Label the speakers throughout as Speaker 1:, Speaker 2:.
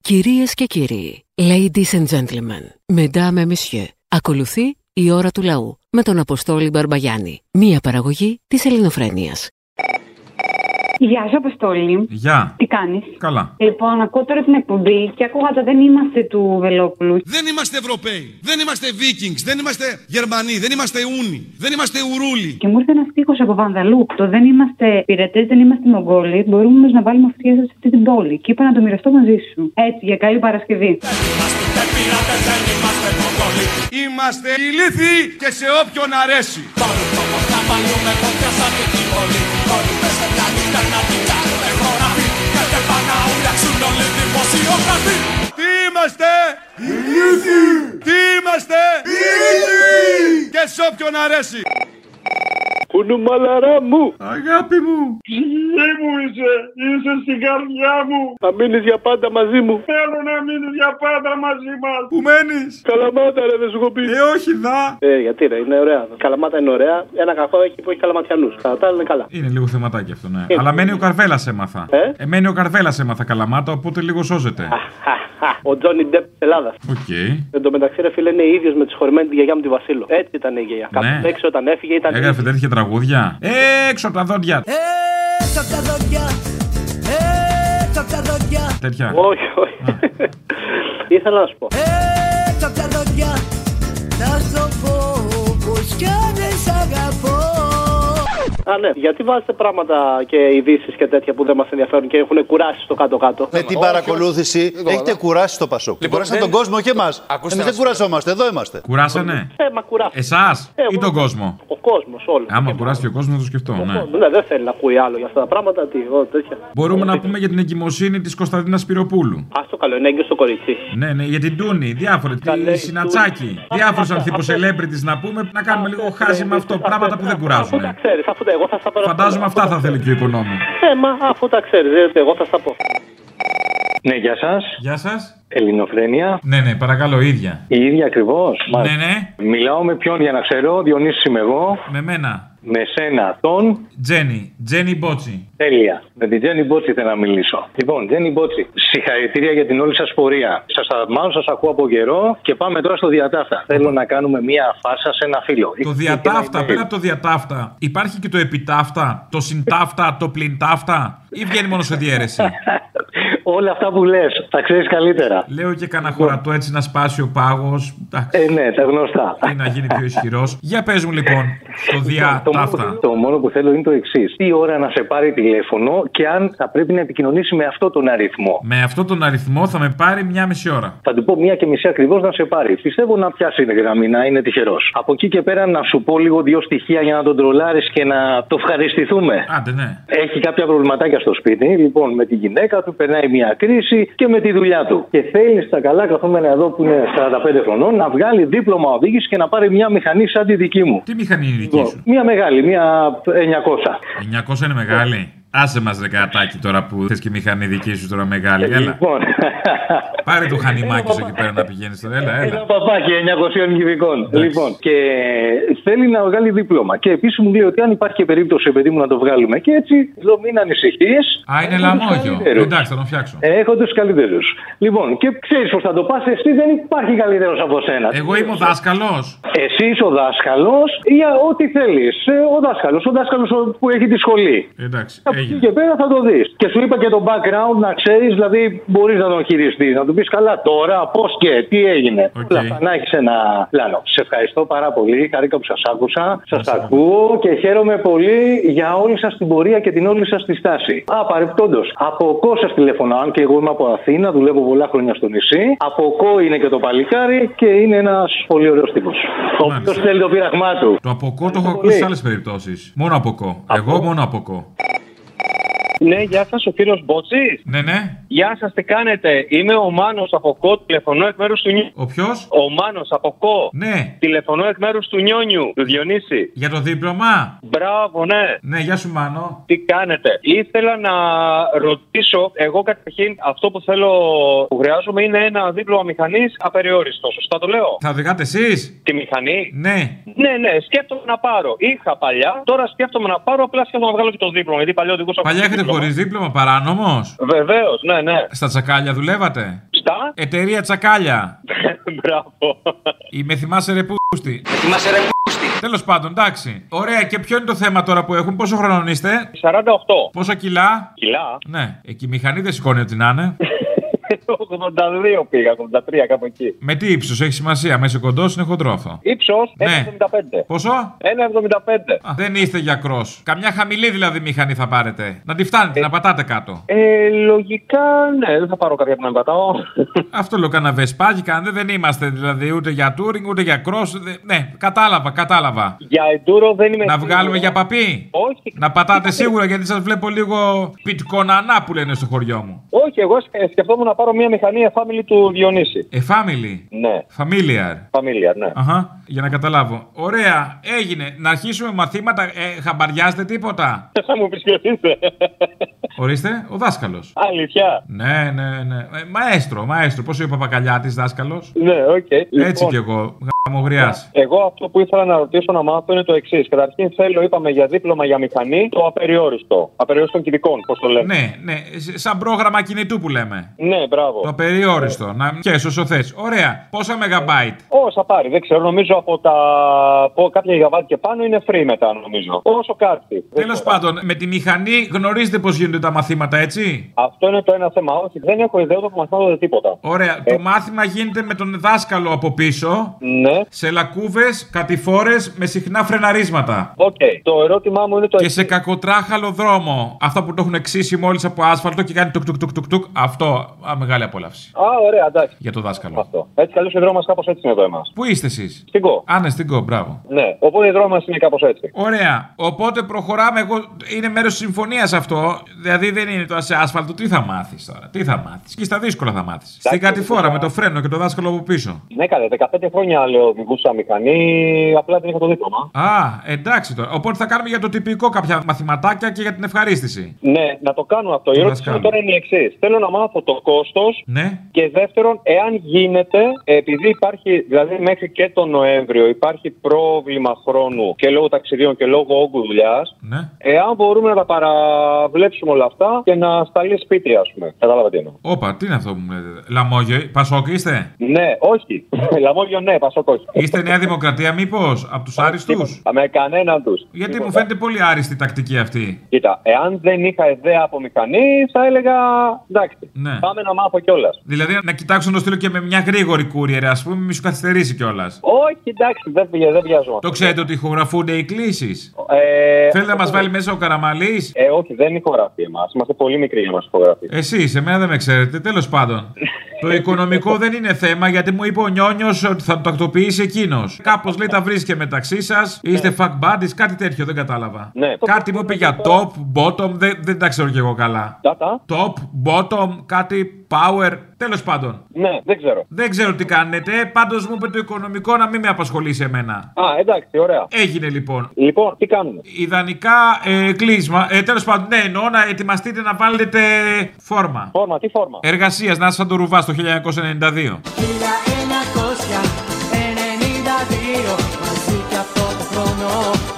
Speaker 1: Κυρίες και κύριοι, ladies and gentlemen, mesdames et messieurs, ακολουθεί η ώρα του λαού με τον Αποστόλη Μπαρμπαγιάννη, μία παραγωγή της Ελληνοφρένειας.
Speaker 2: Γεια σου, Αποστόλη.
Speaker 3: Γεια.
Speaker 2: Τι κάνεις.
Speaker 3: Καλά.
Speaker 2: Λοιπόν, ακούω τώρα την εκπομπή και ακούγα τα δεν είμαστε του Βελόπουλου.
Speaker 4: Δεν είμαστε Ευρωπαίοι. Δεν είμαστε Βίκινγκς. Δεν είμαστε Γερμανοί. Δεν είμαστε Ούνοι. Δεν είμαστε Ουρούλοι.
Speaker 2: Και μου ήρθε ένας στίχος από Βανδαλού. Το δεν είμαστε πειρατέ, δεν είμαστε Μογγόλοι. Μπορούμε όμως να βάλουμε αυτιά σε αυτή την πόλη. Και είπα να το μοιραστώ μαζί σου. Έτσι, για καλή Παρασκευή.
Speaker 4: Είμαστε ηλίθιοι και σε όποιον αρέσει. Τι είμαστε! Ηλίθιοι! Τι είμαστε! Ηλίθιοι! Και σε όποιον αρέσει.
Speaker 5: Πούνου μαλαρά μου,
Speaker 3: Αγάπη μου.
Speaker 6: Ψυχή μου είσαι, είσαι στην καρδιά μου.
Speaker 5: να μείνεις για πάντα μαζί μου.
Speaker 6: Θέλω να μείνεις για πάντα μαζί μας.
Speaker 3: Πού μένεις.
Speaker 5: Καλαμάτα, ρε, δεν σου έχω πει.
Speaker 3: Ε, όχι δα.
Speaker 5: Ε, γιατί ρε, είναι ωραία. Καλαμάτα είναι ωραία. Ένα κακό έχει που έχει καλαματιανούς. Κατά τα άλλα είναι καλά.
Speaker 3: Είναι λίγο θεματάκι αυτό, ναι. Αλλά μένει ο Καρβέλας έμαθα.
Speaker 5: Ε?
Speaker 3: μένει ο Καρβέλας έμαθα καλαμάτα, οπότε λίγο σώζεται.
Speaker 5: Χαχα, Ο Τζόνι Ντεπ τη Ελλάδα.
Speaker 3: Οκ.
Speaker 5: Εν τω μεταξύ, ρε φίλε, είναι ίδιος με τη σχορημένη τη γιαγιά μου τη Βασίλο. Έτσι ήταν η γιαγιά.
Speaker 3: Ναι.
Speaker 5: Κάπου έξω όταν έφυγε ήταν.
Speaker 3: Έγραφε τέτοια τραγούδια. Ε, έξω από τα δόντια.
Speaker 7: Έξω απ' τα δόντια, έξω απ' τα δόντια,
Speaker 3: Τέτοια.
Speaker 5: Όχι, όχι. Ήθελα να σου πω.
Speaker 7: έξω απ' τα δόντια. Να σου πω πως κι αν δεν σ' αγαπώ.
Speaker 5: Α, ναι. Γιατί βάζετε πράγματα και ειδήσεις και τέτοια που δεν μας ενδιαφέρουν και έχουν κουράσει στο κάτω-κάτω.
Speaker 8: Με την παρακολούθηση έχετε κουράσει το Πασόκ. Λοιπόν, κουράσατε τον κόσμο και εμάς. Εμεί δεν κουραζόμαστε, εδώ είμαστε.
Speaker 3: Κουράσανε.
Speaker 5: Ε, μα κουράσει.
Speaker 3: Εσά ή
Speaker 5: εγώ-
Speaker 3: τον κόσμο.
Speaker 5: Ο κόσμος όλο.
Speaker 3: Άμα κουράσει ο κόσμος, θα το σκεφτώ. Ναι.
Speaker 5: Ναι, δεν θέλει να ακούει άλλο για αυτά τα πράγματα. Τι, ό, τέτοια.
Speaker 3: Μπορούμε να πούμε για την εγκυμοσύνη της Κωνσταντίνας Σπυροπούλου.
Speaker 5: Α το καλό, είναι έγκυος στο κοριτσί.
Speaker 3: Ναι, ναι, για την Τούνη, διάφορε. Τη
Speaker 5: Καλέ,
Speaker 3: Σινατσάκη.
Speaker 5: Τούνη.
Speaker 3: Διάφορους ανθιποσελέμπριτη να πούμε, να κάνουμε λίγο χάζι με αυτό. Πράγματα που δεν κουράζουν.
Speaker 5: Αφού τα ξέρεις, αφού τα εγώ θα στα πω.
Speaker 3: Φαντάζομαι αυτά θα θέλει και ο οικονόμου.
Speaker 5: Ε, μα αφού τα ξέρεις, εγώ θα στα πω.
Speaker 9: Ναι, γεια σας.
Speaker 3: Γεια σας.
Speaker 9: Ελληνοφρένεια.
Speaker 3: Ναι, ναι, παρακαλώ, ίδια.
Speaker 9: Η ίδια ακριβώς.
Speaker 3: Ναι, ναι,
Speaker 9: Μιλάω με ποιον για να ξέρω. Διονύση είμαι εγώ.
Speaker 3: με μένα.
Speaker 9: Με σένα, τον.
Speaker 3: Τζένι, Τζένι Μπότσι.
Speaker 9: Τέλεια. Με την Τζένι Μπότση θέλω να μιλήσω. Λοιπόν, Τζένι Μπότση, συγχαρητήρια για την όλη σας πορεία. Σας θαυμάζω, σας ακούω από καιρό και πάμε τώρα στο διατάφτα. Θέλω να κάνουμε μία φάσα σε ένα φίλο.
Speaker 3: Το διατάφτα, πέρα από το διατάφτα, υπάρχει και το επιτάφτα, το συντάφτα, το πλυντάφτα, ή βγαίνει μόνο σε διαίρεση.
Speaker 9: Όλα αυτά που λες, τα ξέρεις καλύτερα.
Speaker 3: Λέω και κανένα χωρατό έτσι να σπάσει ο πάγος.
Speaker 9: Ε, ναι, τα γνωστά.
Speaker 3: Ή να γίνει πιο ισχυρός. Για πες μου λοιπόν,
Speaker 9: Το
Speaker 3: το
Speaker 9: μόνο, που
Speaker 3: διατάφτα.
Speaker 9: θέλω- το μόνο που θέλω είναι το εξής. Τι ώρα να σε πάρει τηλέφωνο και αν θα πρέπει να επικοινωνήσει με αυτό τον αριθμό.
Speaker 3: Με αυτόν τον αριθμό θα με πάρει μια μισή ώρα.
Speaker 9: Θα του πω μία και μισή ακριβώς να σε πάρει. Πιστεύω να πιάσει την γραμμή, να είναι τυχερός. Από εκεί και πέρα να σου πω λίγο δύο στοιχεία για να τον τρολάρεις και να το ευχαριστηθούμε.
Speaker 3: Άντε, ναι.
Speaker 9: Έχει κάποια προβληματάκια στο σπίτι, λοιπόν, με τη γυναίκα του περνάει μια κρίση και με τη δουλειά του. Και θέλει στα καλά, καθόμενα εδώ που είναι 45 χρονών, να βγάλει δίπλωμα οδήγηση και να πάρει μια μηχανή σαν τη δική μου.
Speaker 3: Τι μηχανή είναι η δική σου.
Speaker 9: Μια μεγάλη, μια 900.
Speaker 3: 900 είναι μεγάλη. Άσε μας ρε κατάκι τώρα που θες και μηχανή δική σου τώρα μεγάλη. Έλα.
Speaker 9: Λοιπόν. Ε,
Speaker 3: Πάρε το χανιμάκι σου εκεί πέρα να πηγαίνεις τώρα. Έλα,
Speaker 9: Ένα
Speaker 3: έλα.
Speaker 9: παπάκι 900 κυβικών. Λοιπόν, και θέλει να βγάλει δίπλωμα. Και επίσης μου λέει ότι αν υπάρχει και περίπτωση, παιδί μου, να το βγάλουμε. Και έτσι, λέω, μην ανησυχείς.
Speaker 3: Α, είναι λαμόγιο. Εντάξει, θα τον φτιάξω.
Speaker 9: Έχω του καλύτερου. ε, Λοιπόν, και ξέρεις πώς θα το πας, εσύ δεν υπάρχει καλύτερος από σένα.
Speaker 3: Εγώ είμαι ο δάσκαλος.
Speaker 9: Εσύ είσαι ο δάσκαλος για ό,τι θέλεις. Ο δάσκαλος, ο δάσκαλος που έχει τη σχολή.
Speaker 3: Εντάξει,
Speaker 9: Από εκεί
Speaker 3: έγινε.
Speaker 9: και πέρα θα το δεις. Και σου είπα και το background να ξέρεις, δηλαδή μπορείς να τον χειριστείς. Να του πεις καλά τώρα, πώς και τι έγινε.
Speaker 3: Οκ.
Speaker 9: Όλα αυτά να έχεις ένα πλάνο. Σε ευχαριστώ πάρα πολύ. Χάρηκα που σας άκουσα.
Speaker 3: Ευχαριστώ.
Speaker 9: Σα ακούω και χαίρομαι πολύ για όλη σας την πορεία και την όλη σας τη στάση. Α, παρεπτόντως, από κό σας τηλεφωνώ. Αν και εγώ είμαι από Αθήνα, δουλεύω πολλά χρόνια στο νησί. Από κό είναι και το παλικάρι και είναι ένας πολύ ωραίος τύπος. Ο οποίο
Speaker 3: Μάλιστα.
Speaker 9: θέλει το πείραγμά του.
Speaker 3: Το αποκό το έχω
Speaker 9: Πολύ.
Speaker 3: ακούσει σε άλλες περιπτώσεις. Μόνο αποκό. Εγώ μόνο αποκό.
Speaker 10: Ναι, γεια σας, ο κύριος Μπότση.
Speaker 3: Ναι, ναι.
Speaker 10: Γεια σας, τι κάνετε. Είμαι ο Μάνος από Κο, τηλεφωνώ εκ μέρους του Νιόνιου.
Speaker 3: Ο ποιος.
Speaker 10: Ο Μάνος από Κο,
Speaker 3: Ναι.
Speaker 10: τηλεφωνώ εκ μέρους του Νιόνιου, του Διονύση.
Speaker 3: Για το δίπλωμα.
Speaker 10: Μπράβο, ναι.
Speaker 3: Ναι, γεια σου Μάνο.
Speaker 10: Τι κάνετε. Ήθελα να ρωτήσω, εγώ καταρχήν αυτό που θέλω, που χρειάζομαι είναι ένα δίπλωμα μηχανής απεριόριστο. Σωστά το λέω.
Speaker 3: Θα οδηγάτε εσείς.
Speaker 10: Τη μηχανή.
Speaker 3: Ναι.
Speaker 10: Ναι, ναι, σκέφτομαι να πάρω. Είχα παλιά, τώρα σκέφτομαι να πάρω, απλά σκέφτομαι να βγάλω και το δίπλωμα. Γιατί παλιό οδηγούσα.
Speaker 3: Παλιά έχετε χωρίς δίπλωμα παράνομος.
Speaker 10: Βεβαίως, ναι, ναι.
Speaker 3: Στα τσακάλια δουλεύατε.
Speaker 10: σωστά.
Speaker 3: Εταιρεία Τσακάλια.
Speaker 10: Μπράβο.
Speaker 3: Η με θυμάσαι ρε πούστη. Θυμάσαι ρε πούστη. Τέλος πάντων, εντάξει. Ωραία, και ποιο είναι το θέμα τώρα που έχουν, πόσο χρονών είστε.
Speaker 10: 48.
Speaker 3: Πόσα κιλά.
Speaker 10: Κιλά.
Speaker 3: Ναι, εκεί η μηχανή δεν σηκώνει ότι να είναι.
Speaker 10: 82 πήγα, 83 κάπου εκεί.
Speaker 3: Με τι ύψος, έχει σημασία. Μέσα κοντός είναι χοντρό αυτό.
Speaker 10: Ύψος
Speaker 3: Ναι.
Speaker 10: 1,75.
Speaker 3: Πόσο?
Speaker 10: 1,75.
Speaker 3: Α, δεν είστε για κρό. Καμιά χαμηλή δηλαδή μηχανή θα πάρετε. Να τη φτάνετε, να πατάτε κάτω.
Speaker 10: Ε, λογικά ναι, δεν θα πάρω κάποια που να πατάω.
Speaker 3: Αυτό λέω κανένα βεσπάκι, κανένα δεν είμαστε δηλαδή ούτε για touring ούτε για cross. δε- Ναι, κατάλαβα, κατάλαβα.
Speaker 10: Για εντούρο δεν είμαι.
Speaker 3: Να βγάλουμε για παπί.
Speaker 10: Ε, Όχι.
Speaker 3: Να πατάτε σίγουρα γιατί σας βλέπω λίγο πιτκονανά που λένε στο χωριό μου.
Speaker 10: Όχι, εγώ σκε- σκεφτόμουν να πάρω μια μηχανή εφάμιλη του Διονύση.
Speaker 3: Ε, family.
Speaker 10: Ναι.
Speaker 3: Familiar.
Speaker 10: Φαμίλια, ναι.
Speaker 3: Αχα, για να καταλάβω. Ωραία, έγινε. Να αρχίσουμε μαθήματα. Ε, χαμπαριάζετε τίποτα.
Speaker 10: Θα μου επισκεφτείτε.
Speaker 3: Ορίστε, ο δάσκαλος.
Speaker 10: Αλήθεια.
Speaker 3: Ναι, ναι, ναι. Ε, μαέστρο, μαέστρο. Πώς είπε ο Παπακαλιάτης, δάσκαλος.
Speaker 10: Ναι, οκ.
Speaker 3: Έτσι
Speaker 10: Λοιπόν,
Speaker 3: κι εγώ. Γαμογριά.
Speaker 10: Εγώ αυτό που ήθελα να ρωτήσω να μάθω είναι το εξής. Καταρχήν θέλω, είπαμε για δίπλωμα για μηχανή, το απεριόριστο. Απεριόριστο κυβικών, πώς το λέμε.
Speaker 3: Ναι, ναι. σ- Σαν πρόγραμμα κινητού που λέμε.
Speaker 10: Ε. Ναι, μπράβο.
Speaker 3: Το απεριόριστο. Να πιέσει όσο θες. Ωραία. Πόσα
Speaker 10: Ε,
Speaker 3: μεγαμπάιτ.
Speaker 10: Όσα πάρει, δεν ξέρω. Νομίζω από τα από κάποια γιγαβάτ και πάνω είναι free μετά, νομίζω. Όσο κάρτη.
Speaker 3: Τέλο πάντων, με τη μηχανή γνωρίζετε πώς γίνονται τα μαθήματα, έτσι.
Speaker 10: Αυτό είναι το ένα θέμα. Όχι, δεν έχω ιδέα ούτε που μα μάθατε τίποτα.
Speaker 3: Ωραία.
Speaker 10: Ε.
Speaker 3: Το μάθημα γίνεται με τον δάσκαλο από πίσω.
Speaker 10: Ναι.
Speaker 3: Σε λακκούβες, κατηφόρες με συχνά φρεναρίσματα.
Speaker 10: Οκ. Το ερώτημά μου είναι το
Speaker 3: Και σε κακοτράχαλο δρόμο. Αυτά που το έχουν εξίσει μόλις από άσφαλτο και κάνει τουκ τουκ τουκ τουκ τουκ. Αυτό. Α, μεγάλη απόλαυση.
Speaker 10: Α, ωραία, εντάξει.
Speaker 3: Για το δάσκαλο. Αυτό.
Speaker 10: Έτσι καλώ ο δρόμος κάπως έτσι είναι εδώ εμάς.
Speaker 3: Πού είστε εσείς.
Speaker 10: Στην Κο.
Speaker 3: Α, ναι, στην Κο, μπράβο.
Speaker 10: Ναι. Οπότε ο δρόμο μας είναι κάπως έτσι.
Speaker 3: Ωραία. Οπότε προχωράμε. Εγώ... Είναι μέρος της συμφωνίας αυτό. Δηλαδή δεν είναι τώρα σε άσφαλτο. Τι θα μάθεις τώρα. Τι θα μάθεις. Και στα δύσκολα θα μάθεις. Στην κατηφόρα με το φρένο και το δάσκαλο από πίσω.
Speaker 10: Ναι, καλά. 15 χρόνια λέω οδηγούσα μηχανή. Απλά δεν είχα το δίπλωμα.
Speaker 3: Α, εντάξει τώρα. Οπότε θα κάνουμε για το τυπικό κάποια μαθηματάκια και για την ευχαρίστηση.
Speaker 10: Ναι, να το κάνω αυτό. Η
Speaker 3: Το
Speaker 10: ερώτηση μου
Speaker 3: δάσκαλο.
Speaker 10: τώρα είναι η εξής. Θέλω να μάθω το κόστος
Speaker 3: Ναι.
Speaker 10: και δεύτερον, εάν γίνεται, επειδή υπάρχει, δηλαδή μέχρι και τον Νοέμβριο υπάρχει πρόβλημα χρόνου και λόγω ταξιδίων και λόγω όγκου δουλειάς,
Speaker 3: Ναι.
Speaker 10: εάν μπορούμε να τα παραβλέψουμε όλα αυτά και να σταλεί σπίτι, ας πούμε. Κατάλαβα τι εννοώ.
Speaker 3: Όπα, τι είναι αυτό που μου λέτε. Λαμόγιο, Πασόκ είστε.
Speaker 10: Ναι, όχι. Λαμόγιο, ναι, Πασόκ, όχι.
Speaker 3: Είστε Νέα Δημοκρατία, μήπως, από του άριστου.
Speaker 10: Με κανέναν τους.
Speaker 3: Γιατί μου φαίνεται πολύ άριστη η τακτική αυτή.
Speaker 10: Κοίτα, εάν δεν είχα ιδέα από μηχανή, θα έλεγα εντάξει.
Speaker 3: Ναι.
Speaker 10: Πάμε να μάθω κιόλας.
Speaker 3: Δηλαδή να κοιτάξω να το στείλω και με μια γρήγορη courier, ας πούμε, μη σου καθυστερήσει κιόλας.
Speaker 10: Όχι, εντάξει, δεν, πηγα- δεν βιάζομαι.
Speaker 3: Το ξέρετε ότι ηχογραφούνται οι κλήσεις.
Speaker 10: Ε,
Speaker 3: Θέλετε να μας βάλει μέσα ο Καραμαλής.
Speaker 10: Ε, όχι, δεν ηχογραφεί εμάς. Είμαστε πολύ μικροί για να μας ηχογραφεί.
Speaker 3: Εσείς, εμένα δεν με ξέρετε. Τέλος πάντων. το οικονομικό δεν είναι θέμα γιατί μου είπε ο Νιόνιος ότι θα το τακτοποιήσει εκείνος. Κάπως λέει τα βρίσκε μεταξύ σας. Είστε fuck buddies, κάτι τέτοιο, δεν κατάλαβα.
Speaker 10: Ναι.
Speaker 3: Κάτι μου είπε για top, bottom, δεν, δεν τα ξέρω κι εγώ καλά. Top, bottom, κάτι power. Τέλος πάντων.
Speaker 10: Ναι, δεν ξέρω.
Speaker 3: Δεν ξέρω τι κάνετε. Πάντως μου είπε το οικονομικό να μην με απασχολήσει εμένα.
Speaker 10: Α, εντάξει, ωραία.
Speaker 3: Έγινε λοιπόν.
Speaker 10: Λοιπόν, τι κάνουμε.
Speaker 3: Ιδανικά ε, κλείσμα. Ε, Τέλος πάντων, ναι, εννοώ να ετοιμαστείτε να βάλετε φόρμα.
Speaker 10: Φόρμα, τι φόρμα.
Speaker 3: Εργασίας, να είσαι σαν το Ρουβά το 1992.
Speaker 11: Χίλια ενακόσια ενενήντα δύο Μαζί κι αυτό το χρόνο,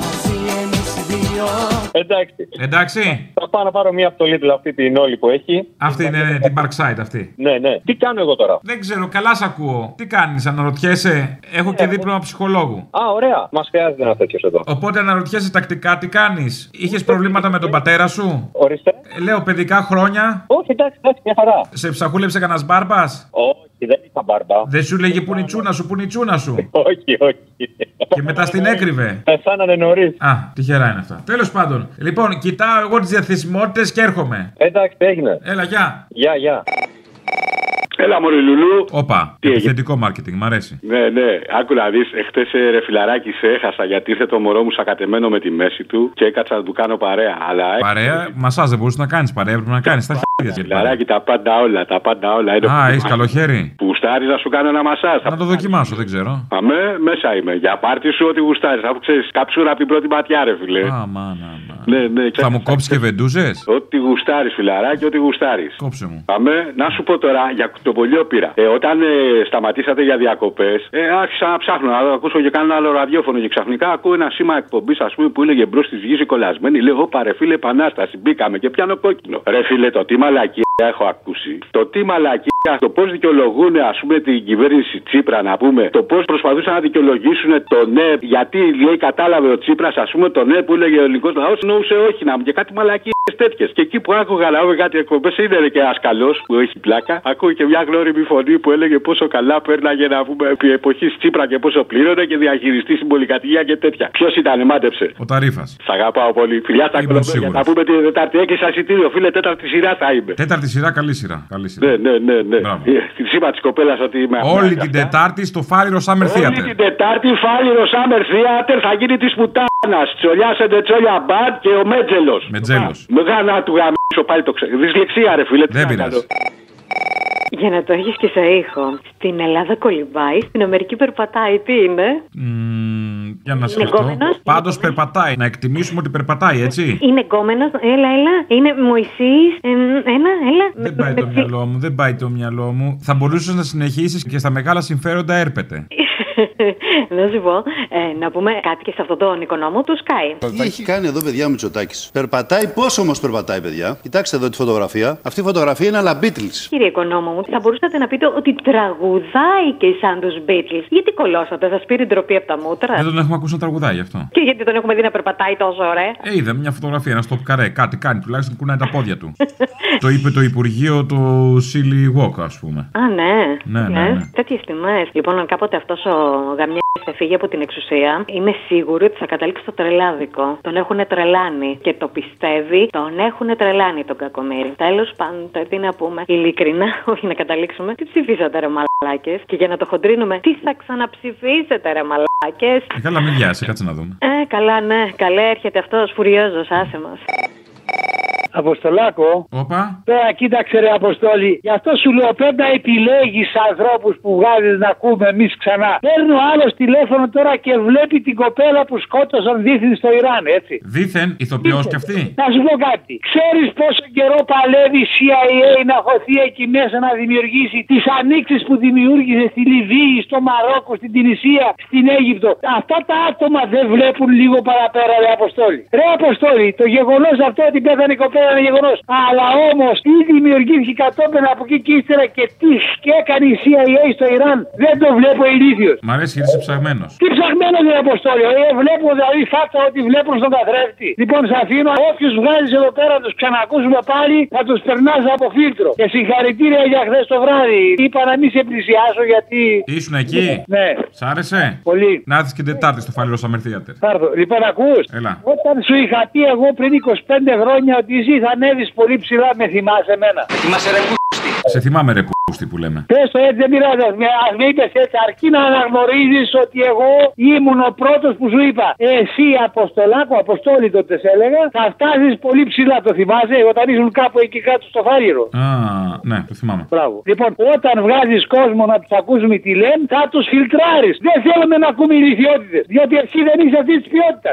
Speaker 11: μαζί εμείς οι δύο
Speaker 10: Εντάξει.
Speaker 3: Εντάξει.
Speaker 10: Θα πάω να πάρω μία από το Lidl αυτή την όλη που έχει.
Speaker 3: Αυτή είναι ναι, την Parkside αυτή.
Speaker 10: Ναι, ναι. Τι κάνω εγώ τώρα.
Speaker 3: Δεν ξέρω, καλά σ' ακούω. Τι κάνεις, αναρωτιέσαι. Έχω και δίπλωμα ψυχολόγου.
Speaker 10: Ναι, Α, ωραία. Μας χρειάζεται ένα τέτοιο εδώ.
Speaker 3: Οπότε αναρωτιέσαι τακτικά τι κάνεις. Είχες προβλήματα με τον πατέρα σου. Ε,
Speaker 10: Ορίστε.
Speaker 3: Λέω παιδικά χρόνια.
Speaker 10: Όχι, εντάξει, εντάξει, μια χαρά.
Speaker 3: Σε ψαχούλεψε κανένας μπάρμπας.
Speaker 10: Όχι, δεν είχα μπάρμπα.
Speaker 3: Δεν σου λέγε που είναι η τσούνα σου, που είναι η τσούνα σου.
Speaker 10: Όχι, όχι.
Speaker 3: Και μετά στην έκρυβε.
Speaker 10: Πεθάνανε νωρίς.
Speaker 3: Α, τυχερά είναι αυτά. Τέλος πάντων, λοιπόν, κοιτάω εγώ τις διαθεσιμότητες και έρχομαι.
Speaker 10: Εντάξει, έγινε.
Speaker 3: Έλα, γεια.
Speaker 10: Γεια, γεια.
Speaker 12: Έλα, Μωρή Λουλού.
Speaker 3: Όπα, επιθετικό μάρκετινγκ, μ' αρέσει.
Speaker 12: Ναι, ναι, άκου να δεις. Εχθές ρε φιλαράκι σε έχασα γιατί ήρθε το μωρό μου σακατεμένο με τη μέση του και έκατσα να του κάνω παρέα. Αλλά ε,
Speaker 3: Παρέα, μασάζ δεν μπορούσες να κάνεις παρέα, έπρεπε να κάνεις τα χέρια σου.
Speaker 12: Φιλαράκι, τα πάντα όλα, τα πάντα όλα. Είναι
Speaker 3: Α,
Speaker 12: που-
Speaker 3: έχεις καλό χέρι.
Speaker 12: Που γουστάρεις να σου κάνω ένα μασάζ.
Speaker 3: Να το δοκιμάσω, δεν ξέρω.
Speaker 12: Αμέ, μέσα είμαι. Για πάρτι σου ό,τι γουστάρεις. Αφού ξέρεις, κάψουρα από την πρώτη ματιά, ρε φιλέ.
Speaker 3: Α, μάνα.
Speaker 12: Ναι, ναι,
Speaker 3: Θα μου κόψεις και βεντούζες.
Speaker 12: Ό,τι γουστάρεις, φιλαράκι, ό,τι γουστάρεις.
Speaker 3: Κόψε μου.
Speaker 12: Αμέ, να σου πω τώρα για το πολιόπειρα. Ε, όταν ε, σταματήσατε για διακοπές, ε, άρχισα να ψάχνω να ακούσω και κανένα άλλο ραδιόφωνο. Και ξαφνικά ακούω ένα σήμα εκπομπής, ας πούμε, που έλεγε μπρος της γης κολλασμένη. Λέω, Ωπα, ρε φίλε, επανάσταση. Μπήκαμε και πιάνω κόκκινο. Ρε φίλε, το τι μαλακία έχω ακούσει. Το τι μαλακία, το πώς δικαιολογούν ας πούμε την κυβέρνηση Τσίπρα να πούμε, το πώς προσπαθούσαν να δικαιολογήσουν το ναι, γιατί λέει κατάλαβε ο Τσίπρας ας πούμε το ναι που έλεγε ο ελληνικός λαός, εννοούσε όχι να μου και κάτι μαλακίες τέτοιες. Και εκεί που άκουγα να πούμε κάτι εκπομπές, είναι ρε, και ένα καλό που έχει πλάκα, ακούει και μια γνώριμη φωνή που έλεγε πόσο καλά πέρναγε να πούμε επί εποχής Τσίπρα και πόσο πλήρωνε και διαχειριστή στην πολυκατοικία και τέτοια. Ποιος ήταν, μάντεψε.
Speaker 3: Ο Ταρίφας.
Speaker 12: Σ' αγαπάω πολύ. Φιλιά στα κολομπέρια.
Speaker 3: σίγουρος.
Speaker 12: Θα πούμε την Τετάρτη. Έκλεισα εισιτήριο, φίλε, τέταρτη σειρά θα είμαι.
Speaker 3: Τέταρτη σειρά, καλή σειρά. Καλή σειρά.
Speaker 12: Ναι, ναι, ναι. ναι. Ε, Τη σήμα της κοπέλας ότι είμαι
Speaker 3: Όλη την Τετάρτη στο Φάληρο Summer
Speaker 12: Όλη
Speaker 3: Theater.
Speaker 12: την Τετάρτη φάει ο Summer Theater θα γίνει της πουτάνας. Τσολιάσετε τσόλια μπαντ και ο Μέτζελος.
Speaker 3: Μετζέλο.
Speaker 12: Με γάνα του γαμίσω πάλι το ξέρω. Δυσλεξία, ρε φίλε. Δεν πειράζει.
Speaker 13: Για να το έχεις και σε ήχο. Στην Ελλάδα κολυμπάει, στην Αμερική περπατάει. Τι είναι,
Speaker 3: Για Λοιπόν, να σκεφτώ.
Speaker 13: Λεγόμενος.
Speaker 3: Πάντως περπατάει. Να εκτιμήσουμε ότι περπατάει, έτσι.
Speaker 13: Είναι γκόμενος, έλα, έλα. Είναι Μωυσής, ε, έλα, έλα.
Speaker 3: Δεν πάει το μυαλό μου, δεν πάει το μυαλό μου. Θα μπορούσες να συνεχίσεις και στα μεγάλα συμφέροντα έρπεται.
Speaker 13: να σου πω, ε, να πούμε κάτι και σε αυτόν τον οικονόμο του Sky.
Speaker 8: Τι έχει κάνει εδώ, παιδιά, ο Μητσοτάκης. Περπατάει, πώ όμως περπατάει, παιδιά. Κοιτάξτε εδώ τη φωτογραφία. Αυτή η φωτογραφία είναι αλλά Beatles.
Speaker 13: Κύριε οικονόμο μου, θα μπορούσατε να πείτε ότι τραγουδάει και σαν τους Beatles. Γιατί κολώσατε, σας πήρε ντροπή από τα μούτρα.
Speaker 3: Δεν τον έχουμε ακούσει να τραγουδάει γι' αυτό.
Speaker 13: Και γιατί τον έχουμε δει να περπατάει τόσο ωραία.
Speaker 3: Ε, είδα μια φωτογραφία, ένα στόπ καρέ. Κάτι κάνει, τουλάχιστον κουνάει τα πόδια του. το είπε το Υπουργείο το Σίλι Walk, ας πούμε.
Speaker 13: Α, ναι.
Speaker 3: Ναι, ναι, ναι.
Speaker 13: Τέτοιες τιμέ. Λοιπόν, αν κάποτε αυτός ο γαμιά θα φύγει από την εξουσία, είμαι σίγουρη ότι θα καταλήξει στο τρελάδικο. Τον έχουν τρελάνει και το πιστεύει, τον έχουν τρελάνει τον κακομίρι. Τέλος πάντων, τώρα τι να πούμε, ειλικρινά, όχι να καταλήξουμε. Τι ψηφίσατε, ρε μαλάκες. Και για να το χοντρίνουμε, τι θα ξαναψηφίσετε, ρε μαλάκες.
Speaker 3: Ε, καλά, μην βιάσει, κάτσε να δούμε.
Speaker 13: Ε, καλά, ναι, καλέ, έρχεται αυτός, φουριόζος, άσε μας.
Speaker 14: Αποστολάκο.
Speaker 3: Όπα.
Speaker 14: Τώρα κοίταξε ρε Αποστόλη. Γι' αυτό σου λέω πρέπει να επιλέγεις ανθρώπους που βγάζεις να ακούμε εμείς ξανά. Παίρνει ο άλλος τηλέφωνο τώρα και βλέπει την κοπέλα που σκότωσαν δίθεν στο Ιράν, έτσι.
Speaker 3: Δήθεν, ηθοποιό κι αυτή.
Speaker 14: Να σου πω κάτι. Ξέρεις πόσο καιρό παλεύει η CIA να χωθεί εκεί μέσα να δημιουργήσει τις ανοίξεις που δημιούργησε στη Λιβύη, στο Μαρόκο, στην Τινησία, στην Αίγυπτο. Αυτά τα άτομα δεν βλέπουν λίγο παραπέρα, ρε Αποστόλη. Ρε Αποστόλη, το γεγονός αυτό ότι πέθανε η κοπέλα είναι γεγονός. Αλλά όμως τι δημιουργήθηκε κατόπιν από εκεί και ύστερα και τι έκανε η CIA στο Ιράν, δεν το βλέπω ηλίθιος.
Speaker 3: Μ' αρέσει γιατί είσαι ψαγμένος.
Speaker 14: Τι ψαγμένο είναι Αποστόλη, ε, βλέπω δηλαδή φάτσα ότι βλέπουν στον καθρέφτη. Λοιπόν, σε αφήνω, όποιου βγάζει εδώ πέρα να τους ξανακούσουμε πάλι, θα τους περνάς από φίλτρο. Και συγχαρητήρια για χθες το βράδυ. Είπα να μην σε πλησιάσω γιατί.
Speaker 3: Ήσουν εκεί.
Speaker 14: Ναι.
Speaker 3: Σ' άρεσε.
Speaker 14: Πολύ.
Speaker 3: Να έρθεις και την Τετάρτη στο Φαλήρο Summer Theater.
Speaker 14: Θα έρθω. Λοιπόν, ακούς.
Speaker 3: Έλα.
Speaker 14: Όταν σου είχα πει εγώ πριν 25 χρόνια ότι εσύ θα ανέβει πολύ ψηλά, με θυμάσαι εμένα.
Speaker 3: Θυμάσαι ρε Σε θυμάμαι ρε πούστη που λέμε.
Speaker 14: Πες το έτσι, δεν πειράζει. Α με, ας με είπες έτσι, αρκεί να αναγνωρίζεις ότι εγώ ήμουν ο πρώτος που σου είπα. Εσύ, Αποστολάκο, Αποστόλη τότε σε έλεγα, θα φτάσεις πολύ ψηλά. Το θυμάσαι όταν ήσουν κάπου εκεί κάτω στο φάριρο.
Speaker 3: Α, ναι, το θυμάμαι.
Speaker 14: Μπράβο. Λοιπόν, όταν βγάζεις κόσμο να τους ακούσουμε τι λένε, θα τους φιλτράρεις. Δεν θέλουμε να ακούμε ηλικιότητες. Διότι εσύ δεν είσαι αυτής της ποιότητας.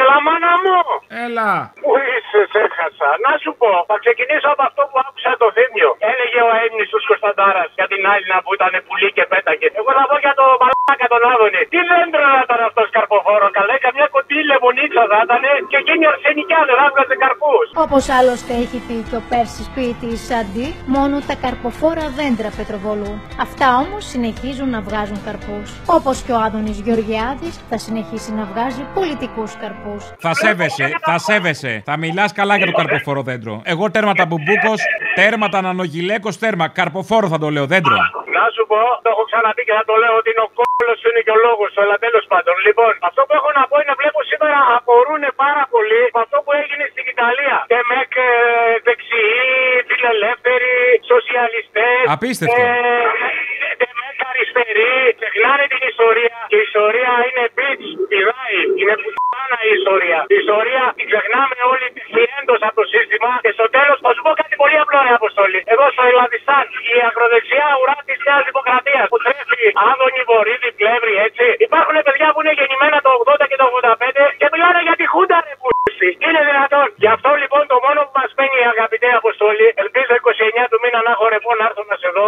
Speaker 15: Έλα, μάνα μου!
Speaker 3: Έλα!
Speaker 15: Πού είσαι, σε έχασα. Να σου πω, θα ξεκινήσω από αυτό που άκουσα το θύμιο. Έλεγε ο αίμνητο Κωνσταντάρας για την Άιλνα που ήταν πουλή και πέταγες. Εγώ θα πω για το μαλάκα τον Άδωνη. Τι λέντρο να ήταν αυτός καρποφόρος, καλέ. Καμιά κοντή λεμονίτσα θα ήταν και εκείνη αρσενικά δεν έβγαζε καρπούς.
Speaker 6: Όπως άλλωστε έχει πει και ο Πέρσης πει τη Σαντή, μόνο τα καρποφόρα δέντρα πετροβολούν. Αυτά όμως συνεχίζουν να βγάζουν καρπούς. Όπως και ο Άδωνης Γεωργιάδης θα συνεχίσει να βγάζει πολιτικούς καρπούς.
Speaker 3: Θα σέβεσαι, θα σέβεσαι. Θα μιλάς καλά για το καρποφορό δέντρο. Εγώ τέρμα τα μπουμπούκο, Τέρμα τα νανογυλαίκος τέρμα. Καρποφόρο θα το λέω, δέντρο.
Speaker 16: Να σου πω, το έχω ξαναπεί και θα το λέω ότι είναι ο κόλλο είναι και ο λόγος, αλλά τέλος πάντων. Λοιπόν, αυτό που έχω να πω είναι βλέπω σήμερα αφορούν πάρα πολύ με αυτό που έγινε στην Ιταλία. Και με ε, δεξιοί, φιλελεύθεροι, ε, σοσιαλιστέ.
Speaker 3: Απίστευτο.
Speaker 16: αριστεροί, ξεχνάνε την ιστορία. Και η ιστορία είναι bitch, πηδάει. Είναι πουτάνα η ιστορία. Η ιστορία την ξεχνάμε όλοι τυχιέντος από το σύστημα. Και στο τέλος θα σου πω κάτι πολύ απλό, ρε Αποστολή. Εδώ στο Ελλαδιστάν, η ακροδεξιά ουρά της Νέας Δημοκρατίας που τρέφει Άδωνη, Βορύδη, Πλεύρη, έτσι. Υπάρχουν παιδιά που είναι γεννημένα το 80 και το 85 και μιλάνε για τη Χούντα, ρε που... Είναι δυνατόν. Γι' αυτό λοιπόν το μόνο που μας παίρνει η αγαπητέ Αποστολή, ελπίζω 29 του μήνα να έχω ρεπό να έρθω να σε δω.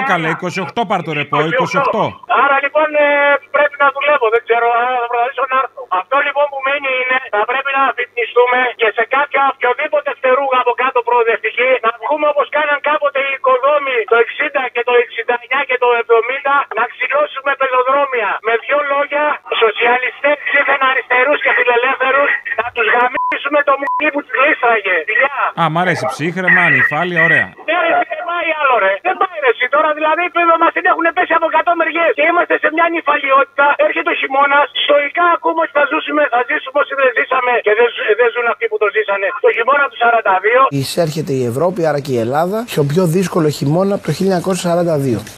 Speaker 3: 28 καλέ, 28 πάρ το ρεπό, 28.
Speaker 16: Άρα λοιπόν ε, πρέπει να δουλεύω. Δεν ξέρω, ε, θα προσπαθήσω να έρθω. Αυτό λοιπόν που μένει είναι θα πρέπει να αφυπνιστούμε και σε κάποια οποιοδήποτε φτερούγα από κάτω προοδευτική να βγούμε όπως κάναν κάποτε οι οικοδόμοι το 60 και το 69 και το 70 να ξυλώσουμε πεζοδρόμια. Με δύο λόγια, σοσιαλιστέ ψήφεν αριστερούς και φιλελεύθερους να τους γαμίσουμε το μουνί που τους λύστραγε. Φιλιά.
Speaker 3: Α, μ' αρέσει ψύχρεμα, ανυφάλια, ωραία.
Speaker 16: Ναι, ρε, εσύ, δεν πάει άλλο, ρε. Δεν πάει, ρε. εσύ. Τώρα δηλαδή οι μας την έχουν πέσει από 100 μεριές και είμαστε σε μια νυφαλιότητα. Έρχεται ο χειμώνας. Στοικά ακούμε ότι θα ζούσουμε, θα ζήσουμε όσοι δεν ζήσαμε και δεν, ζ- δεν ζουν αυτοί που το ζήσανε. Το χειμώνα του 42.
Speaker 17: Εισέρχεται η Ευρώπη, άρα και η Ελλάδα, στον πιο δύσκολο χειμώνα από το 1942.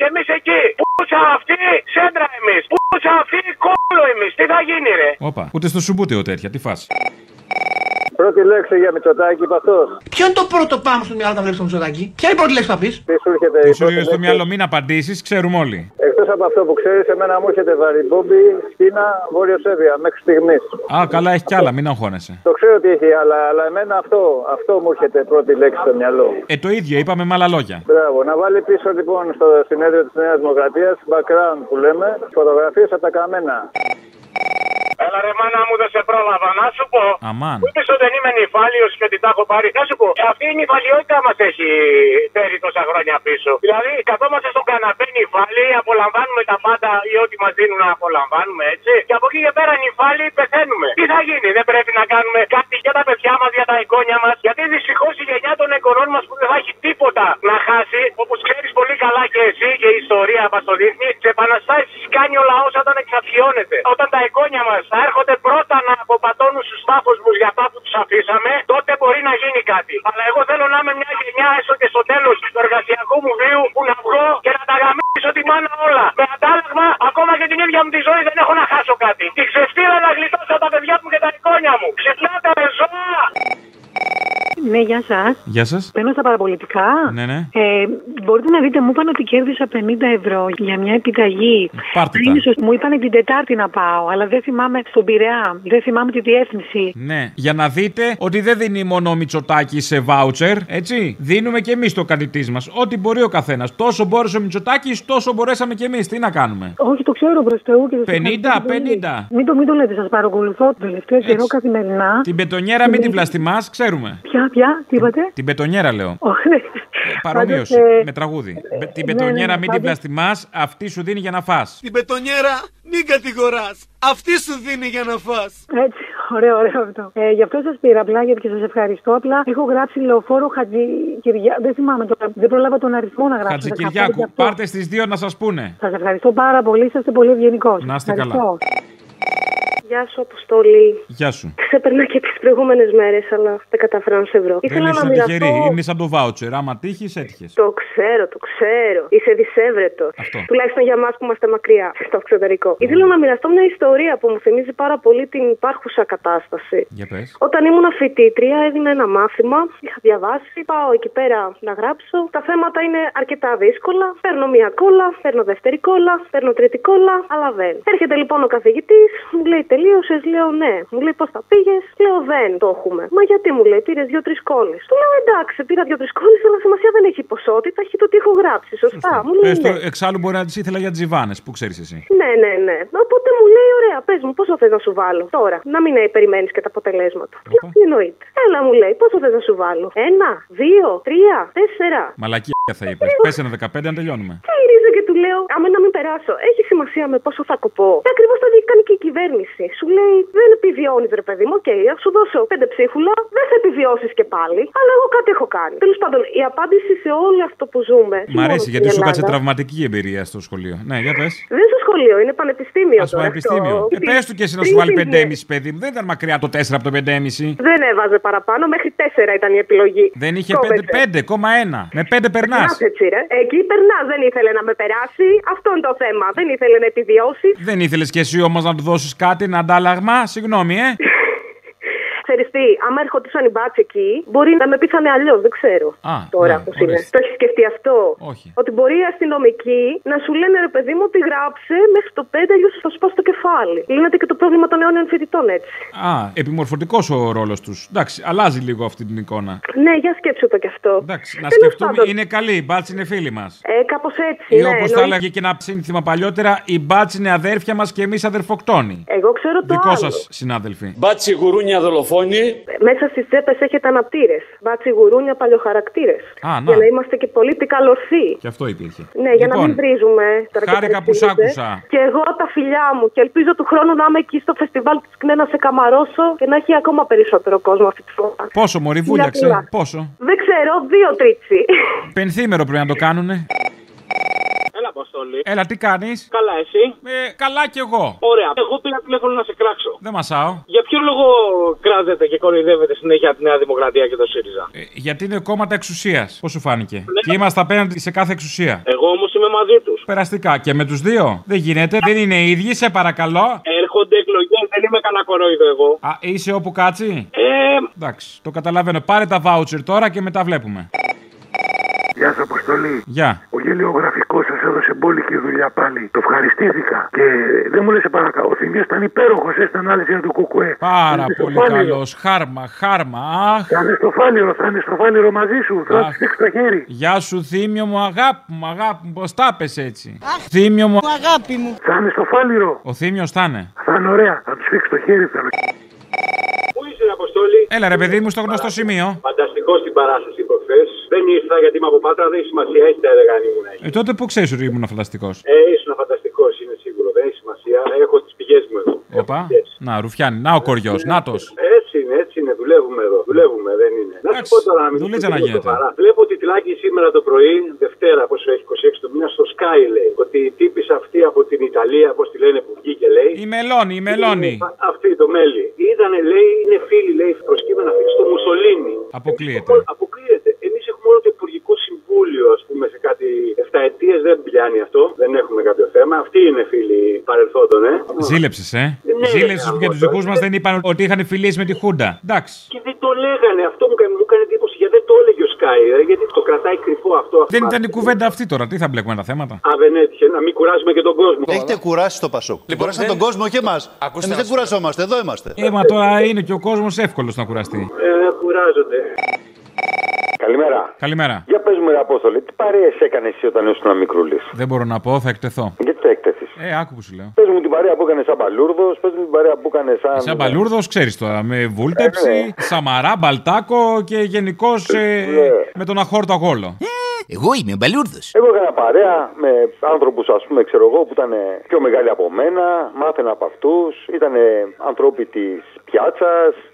Speaker 16: Και εμείς εκεί. Πούτσα αυτή, σέντρα εμείς. Πούτσα αυτή, κόλλο εμείς. Τι θα γίνει, ρε.
Speaker 3: Όπα. Ούτε στο σουμπούτεο τέτοια, τι φάση.
Speaker 18: Πρώτη λέξη για Μητσοτάκη είπε αυτός.
Speaker 19: Ποιο είναι το πρώτο πάμε στο μυαλό όταν βλέπεις τον Μητσοτάκη, Ποια είναι η πρώτη λέξη που θα πεις.
Speaker 18: Τι σου έρχεται η
Speaker 3: Τι σου
Speaker 18: πρώτη
Speaker 3: έρχεται στο
Speaker 18: λέξη?
Speaker 3: μυαλό, μην απαντήσεις, ξέρουμε όλοι.
Speaker 18: Εκτός από αυτό που ξέρεις, εμένα μου έρχεται βαριμπόμπι, Κίνα, Βόρειο Σέβια μέχρι στιγμής.
Speaker 3: Α, καλά, έχει κι άλλα, μην αγχώνεσαι.
Speaker 18: Το ξέρω ότι έχει άλλα, αλλά εμένα αυτό, αυτό μου έρχεται πρώτη λέξη στο μυαλό.
Speaker 3: Ε, το ίδιο είπαμε με άλλα λόγια.
Speaker 18: Μπράβο. Να βάλει πίσω λοιπόν στο συνέδριο της Νέας Δημοκρατίας, background που λέμε, φωτογραφίες από τα καμένα.
Speaker 16: Έλα ρε μάνα μου δεν σε πρόλαβα να σου πω.
Speaker 3: Αμάν.
Speaker 16: Που είπες ότι δεν είμαι νυφάλιος και ότι τα έχω πάρει. Να σου πω, Ε, αυτή η νυφαλιότητα μας έχει φέρει τόσα χρόνια πίσω. Δηλαδή καθόμαστε στον καναπέ νυφάλιοι, απολαμβάνουμε τα πάντα ή ό,τι μας δίνουν να απολαμβάνουμε έτσι. Και από εκεί και πέρα νυφάλιοι πεθαίνουμε. Τι θα γίνει, δεν πρέπει να κάνουμε κάτι για τα παιδιά μας, για τα εικόνια μας. Γιατί δυστυχώς η γενιά των εγγονών μας που δεν θα έχει τίποτα να χάσει, όπως ξέρεις πολύ καλά και εσύ και η ιστορία μας το δείχνει, σε επαναστάσεις κάνει ο λαός όταν εξαφιώνεται. Όταν τα εικόνια μας θα έρχονται πρώτα να αποπατώνουν στους τάφους μου για αυτά που τους αφήσαμε, τότε μπορεί να γίνει κάτι. Αλλά εγώ θέλω να είμαι μια γενιά έστω και στο τέλος του εργασιακού μου βίου που να βγω και να τα γαμίσω τη μάνα όλα. Με αντάλλαγμα, ακόμα και την ίδια μου τη ζωή δεν έχω να χάσω κάτι. Τη ξεφτύλα να γλιτώσω τα παιδιά μου και τα εικόνια μου. Ξυπνάτε με ζώα!
Speaker 20: Ναι, γεια σας.
Speaker 3: Γεια σας.
Speaker 20: Παίρνω στα παραπολιτικά.
Speaker 3: Ναι, ναι.
Speaker 20: Ε, μπορείτε να δείτε, μου είπαν ότι κέρδισα 50 ευρώ για μια επιταγή.
Speaker 3: Πάρτε
Speaker 20: Δεν
Speaker 3: τα.
Speaker 20: είναι σωστό. Μου είπαν την Τετάρτη να πάω, αλλά δεν θυμάμαι στον Πειραιά. Δεν θυμάμαι τη διεύθυνση.
Speaker 3: Ναι, για να δείτε ότι δεν δίνει μόνο ο Μητσοτάκη σε βάουτσερ, έτσι. Δίνουμε και εμείς το κατητή μας. Ό,τι μπορεί ο καθένας. Τόσο μπόρεσε ο Μητσοτάκης, τόσο μπορέσαμε και εμείς. Τι να κάνουμε.
Speaker 20: Όχι, το ξέρω προς Θεού και σας
Speaker 3: 50,
Speaker 20: ευχαριστώ πολύ.
Speaker 3: 50.
Speaker 20: Μην το, μην το λέτε, σας παρακολουθώ τον τελευταίο καιρό καθημερινά.
Speaker 3: Την πετονιέρα μην την βλαστιμά, ξέρουμε.
Speaker 20: Πια, πια, τι είπατε.
Speaker 3: Την πετονιέρα λέω.
Speaker 20: Όχι.
Speaker 3: Παρομοίωση.
Speaker 20: Πάντως, ε,
Speaker 3: Με τραγούδι. Μπε- Την
Speaker 20: ναι, ναι,
Speaker 3: πετονιέρα μην την
Speaker 20: πάντως-
Speaker 3: βλαστιμά, αυτή σου δίνει για να φας.
Speaker 19: Την πετονιέρα μην κατηγοράς. Αυτή σου δίνει για να φας.
Speaker 20: Έτσι, ωραίο, ωραίο αυτό. Ε, γι' αυτό σας πήρα απλά γιατί και σας ευχαριστώ. Απλά έχω γράψει λεωφόρο Χατζη Κυριάκου. Δεν θυμάμαι τώρα, δεν προλάβα τον αριθμό να γράψω.
Speaker 3: Χατζικυριάκου, πάρτε στις δύο να σας πούνε.
Speaker 20: Σας ευχαριστώ πάρα πολύ, είσαστε πολύ ευγενικός.
Speaker 3: Ναι. Να είστε καλά.
Speaker 21: Γεια σου, Αποστολή.
Speaker 3: Γεια σου.
Speaker 21: Ξεπερνά και τις προηγούμενες μέρες, αλλά τα καταφέραμε σε βρω.
Speaker 3: Δεν
Speaker 21: Ήθελα να
Speaker 3: ήσουν
Speaker 21: μοιραστώ.
Speaker 3: τυχερή. Είναι σαν το βάουτσερ. Άμα τύχεις, έτυχες.
Speaker 21: Το ξέρω, το ξέρω. Είσαι δυσέβρετο.
Speaker 3: Αυτό. Ναι.
Speaker 21: Τουλάχιστον για εμάς που είμαστε μακριά, στο εξωτερικό. Ήθελα να μοιραστώ μια ιστορία που μου θυμίζει πάρα πολύ την υπάρχουσα κατάσταση.
Speaker 3: Για πες.
Speaker 21: Όταν ήμουν φοιτήτρια, έδινα ένα μάθημα. Είχα διαβάσει. Πάω εκεί πέρα να γράψω. Τα θέματα είναι αρκετά δύσκολα. Παίρνω μία κόλλα, παίρνω δεύτερη κόλλα, παίρνω τρίτη κόλλα, αλλά δεν. Έρχεται λοιπόν ο καθηγητής, μου λέει τελείωσες, λέω ναι. Μου λέει πώς θα πήγες, λέω δεν το έχουμε. Μα γιατί μου λέει, πήρες δύο-τρει κόλλες. Του λέω εντάξει, πήρα δύο-τρει κόλλες, αλλά σημασία δεν έχει η ποσότητα, έχει το τι έχω γράψει. Σωστά. Μου λέει
Speaker 3: Πες το,
Speaker 21: ναι.
Speaker 3: εξάλλου μπορεί να τις ήθελα για τζιβάνες. Πού ξέρεις εσύ.
Speaker 21: Ναι, ναι, ναι. Οπότε μου λέει, ωραία, πες μου, πόσο θες να σου βάλω. Τώρα, να μην περιμένεις και τα αποτελέσματα. Λέω, Τι εννοείται. Έλα, μου λέει, πόσο θες να σου βάλω. Ένα, δύο, τρία, τέσσερα.
Speaker 3: Μαλακία θα είπες. Πες ένα 15 να τελειώνουμε.
Speaker 21: Και γυρίζω και του λέω, άμα να μην περάσω, έχει σημασία με πόσο θα κοπώ. Και ακριβώς Ε, το ίδιο κάνει και η κυβέρνηση. Σου λέει δεν επιβιώνεις, ρε παιδί μου, οκ, okay, σου δώσω πέντε ψίχουλα, δεν θα επιβιώσεις και πάλι, αλλά εγώ κάτι έχω κάνει. Τέλος πάντων, η απάντηση σε όλο αυτό που ζούμε. όχι
Speaker 3: Μ'
Speaker 21: μόνο
Speaker 3: αρέσει
Speaker 21: στην
Speaker 3: γιατί σου κάτσε
Speaker 21: Ελλάδα.
Speaker 3: τραυματική εμπειρία στο σχολείο. Ναι, για πες.
Speaker 21: Δεν στο σχολείο, είναι πανεπιστήμιο.
Speaker 3: Στο πανεπιστήμιο. Ε, πες του και εσύ να σου βάλει 5,5 παιδί μου. Δεν ήταν μακριά το 4 από το 5,5.
Speaker 21: Δεν έβαζε παραπάνω, μέχρι 4 ήταν η επιλογή.
Speaker 3: Δεν είχε
Speaker 21: Κόβεσαι.
Speaker 3: 5, 5,1. Με 5 περνάς.
Speaker 21: Περνάς έτσι, ρε. Εκεί περνάς, δεν ήθελε να με περάσει. Αυτό είναι το θέμα. Δεν ήθελε να επιβιώσει.
Speaker 3: Δεν ήθελες κι εσύ όμως να του δώσεις κάτι, ένα αντάλλαγμα. Συγγνώμη, ε.
Speaker 21: Ξέρει τι, άμα ερχόντουσαν οι μπάτσε εκεί, μπορεί να με πείθανε αλλιώς, δεν ξέρω.
Speaker 3: Α,
Speaker 21: τώρα
Speaker 3: ναι,
Speaker 21: πώς είναι.
Speaker 3: ορίστε.
Speaker 21: Το έχεις σκεφτεί αυτό.
Speaker 3: Όχι.
Speaker 21: Ότι μπορεί οι αστυνομικοί να σου λένε ρε παιδί μου ότι γράψε μέχρι το 5 αλλιώς θα σου σπάσει το κεφάλι. Λύνεται και το πρόβλημα των αιώνιων φοιτητών έτσι.
Speaker 3: Α, επιμορφωτικός ο ρόλος τους. Εντάξει, αλλάζει λίγο αυτή την εικόνα.
Speaker 21: Ναι, για σκέψου το κι αυτό.
Speaker 3: Εντάξει, να
Speaker 21: Τέλος
Speaker 3: σκεφτούμε,
Speaker 21: πάντων.
Speaker 3: είναι καλή, η μπάτση είναι φίλη μας.
Speaker 21: Ε, Κάπως έτσι.
Speaker 3: Ή
Speaker 21: ναι,
Speaker 3: όπως θα
Speaker 21: εννοεί-
Speaker 3: έλεγε και ένα σύνθημα παλιότερα, η μπάτση είναι αδέρφια μας και εμείς αδερφοκτόνοι.
Speaker 21: Εγώ ξέρω Ε, το
Speaker 3: Δικό
Speaker 21: άλλο.
Speaker 3: σας, συνάδελφοι.
Speaker 22: Μπάτσι γουρούνια δολοφόνη.
Speaker 21: Μέσα στις τσέπες έχετε αναπτήρες. Μπάτσι γουρούνια παλιοχαρακτήρες.
Speaker 3: Α, να.
Speaker 21: Για να είμαστε και political ορθοί.
Speaker 3: Και αυτό υπήρχε.
Speaker 21: Ναι, για να μην βρίζουμε τώρα και
Speaker 3: Λοιπόν, χάρηκα που σ'
Speaker 21: παρεξηγείτε.
Speaker 3: άκουσα.
Speaker 21: Και εγώ τα φιλιά μου και ελπίζω του χρόνου να είμαι εκεί στο φεστιβάλ της Κνένα σε καμαρώσω και να έχει ακόμα περισσότερο κόσμο αυτή τη φορά.
Speaker 3: Πόσο, Μωρή, βούλιαξε.
Speaker 21: Φιλιά.
Speaker 3: Πόσο.
Speaker 21: Δεν ξέρω, δύο τρίτσι.
Speaker 3: Πενθήμερο πρέπει να το κάνουνε.
Speaker 23: Έλα, Αποστολή.
Speaker 3: Έλα, τι κάνεις.
Speaker 23: Καλά, εσύ.
Speaker 3: Ε, καλά κι εγώ.
Speaker 23: Ωραία. Εγώ πήρα τηλέφωνο να σε κράξω.
Speaker 3: Δεν μασάω.
Speaker 23: Για ποιο λόγο κράζετε και κοροϊδεύετε συνέχεια τη Νέα Δημοκρατία και το ΣΥΡΙΖΑ.
Speaker 3: Γιατί είναι κόμματα εξουσίας. Πώς σου φάνηκε. Και είμαστε απέναντι σε κάθε εξουσία.
Speaker 23: Ναι. Εγώ όμως είμαι μαζί τους.
Speaker 3: Περαστικά. Και με τους δύο. Δεν γίνεται. Δεν είναι οι ίδιοι, σε παρακαλώ.
Speaker 23: Έρχονται εκλογές, δεν είμαι κανένα κορόιδο εγώ.
Speaker 3: Α, είσαι όπου κάτσει.
Speaker 23: Ε,
Speaker 3: Εντάξει, το καταλαβαίνω. Πάρε τα voucher τώρα και μετά βλέπουμε.
Speaker 17: Γεια σα, Αποστολή.
Speaker 3: Γεια.
Speaker 17: Ο γελιογραφικός σας έδωσε μπόλικη δουλειά πάλι. Το ευχαριστήθηκα. Και δεν μου λες, σε παρακαλώ. Ο Θημίο ήταν υπέροχος στην ανάλυση του Κουκουέ.
Speaker 3: Πάρα
Speaker 17: Είναι στο
Speaker 3: πολύ
Speaker 17: φάληρο.
Speaker 3: καλός. Χάρμα, χάρμα. Αχ.
Speaker 17: Θα είναι στο φάληρο, θα είναι στο φάληρο μαζί σου. Θα
Speaker 3: Αχ.
Speaker 17: σου δείξει το χέρι.
Speaker 3: Γεια σου, θύμιο μου, αγάπη μου, αγάπη μου. Πώς τα πες έτσι. θύμιο μου, αγάπη μου.
Speaker 17: Θα είναι στο φάληρο.
Speaker 3: Ο θύμιο θα είναι.
Speaker 17: Θα είναι ωραία. Θα τους φίξει το χέρι, θέλω.
Speaker 23: πού είσαι, ρε Αποστολή.
Speaker 3: Έλα ρε παιδί μου στο γνωστό σημείο.
Speaker 23: Φανταστικό στην παράσταση προχθές. Δεν ήρθα γιατί είμαι από πάτρα, δεν έχει σημασία, έχει τα έλεγα αν ήμουν εκεί.
Speaker 3: Ε, τότε που ξέρεις ότι ήμουν φανταστικός.
Speaker 23: Ε, ήσουν φανταστικός, είναι σίγουρο, δεν έχει σημασία. Έχω τις πηγές μου εδώ.
Speaker 3: Οπα. Να, ρουφιάνι, να ο κοριός, νάτο.
Speaker 23: Έτσι είναι, έτσι είναι. Δουλεύουμε εδώ. Δουλεύουμε, δεν είναι. Να σου πω τώρα, να μην
Speaker 3: δουλίτσα
Speaker 23: το
Speaker 3: να
Speaker 23: πω
Speaker 3: γίνεται.
Speaker 23: σοβαρά. Βλέπω ότι τυλάκι σήμερα το πρωί, Δευτέρα, πόσο έχει 26 του μήνα, στο Sky λέει. Ότι η τύπη αυτή από την Ιταλία, πώς τη λένε που βγήκε, λέει.
Speaker 3: Η μελώνη, η μελώνη.
Speaker 23: Α- Αυτή το μέλι. Ήτανε, λέει, είναι φίλη, λέει, προσκύμενα φίλη στο Μουσολίνι.
Speaker 3: Αποκλείεται.
Speaker 23: Αποκλείεται. Εμεί έχουμε όλο το Υπουργικό Συμβούλιο, ας πούμε, σε κάτι 7 ετίε δεν πιάνει αυτό. Δεν έχουμε κάποιο θέμα. Αυτή είναι φίλη παρελθόντων, ε.
Speaker 3: Ζήλεψες, ε.
Speaker 23: Ναι,
Speaker 3: Ζήλεψε
Speaker 23: ρε,
Speaker 3: για τους δικού μας δεν είπαν ότι είχαν φιλήσει με τη Χούντα. Εντάξει.
Speaker 23: Και δεν το λέγανε. Αυτό μου έκανε, μου έκανε εντύπωση γιατί δεν το έλεγε ο Sky. ε, γιατί το κρατάει κρυφό αυτό.
Speaker 3: Δεν
Speaker 23: αυτό.
Speaker 3: ήταν η κουβέντα αυτή τώρα. Τι θα μπλέκουμε τα θέματα.
Speaker 23: Α, δεν έτυχε. Να μην κουράζουμε και τον κόσμο.
Speaker 8: Λοιπόν, Έχετε κουράσει το Πασόκ. Λοιπόν, Κουράσατε τον κόσμο και εμά. Εμεί δεν κουραζόμαστε, εδώ είμαστε.
Speaker 3: Ε, μα τώρα είναι και ο κόσμος εύκολος να κουραστεί.
Speaker 23: Ε, κουράζονται.
Speaker 24: Καλημέρα.
Speaker 3: Καλημέρα.
Speaker 24: Για πες μου, ρε Απόστολη, τι παρέες έκανες εσύ όταν ήσουν μικρούλη.
Speaker 3: Δεν μπορώ να πω, θα εκτεθώ.
Speaker 24: Γιατί το έκτεθεί.
Speaker 3: Ε, άκου που σου λέω.
Speaker 24: Πες μου την παρέα που έκανες σαν μπαλούρδος, πες μου την παρέα που έκανες σαν.
Speaker 3: Σαν μπαλούρδος, ξέρεις τώρα. Με βούλτεψη, σαμαρά, μπαλτάκο και γενικώς με τον αχόρτο αγόλο. Ε, Εγώ είμαι μπαλούρδος.
Speaker 24: Εγώ έκανα παρέα με άνθρωπου, ας πούμε, ξέρω εγώ, που ήταν πιο μεγάλοι από μένα, μάθαινα από αυτούς. Ήταν ανθρώποι της πιάτσας,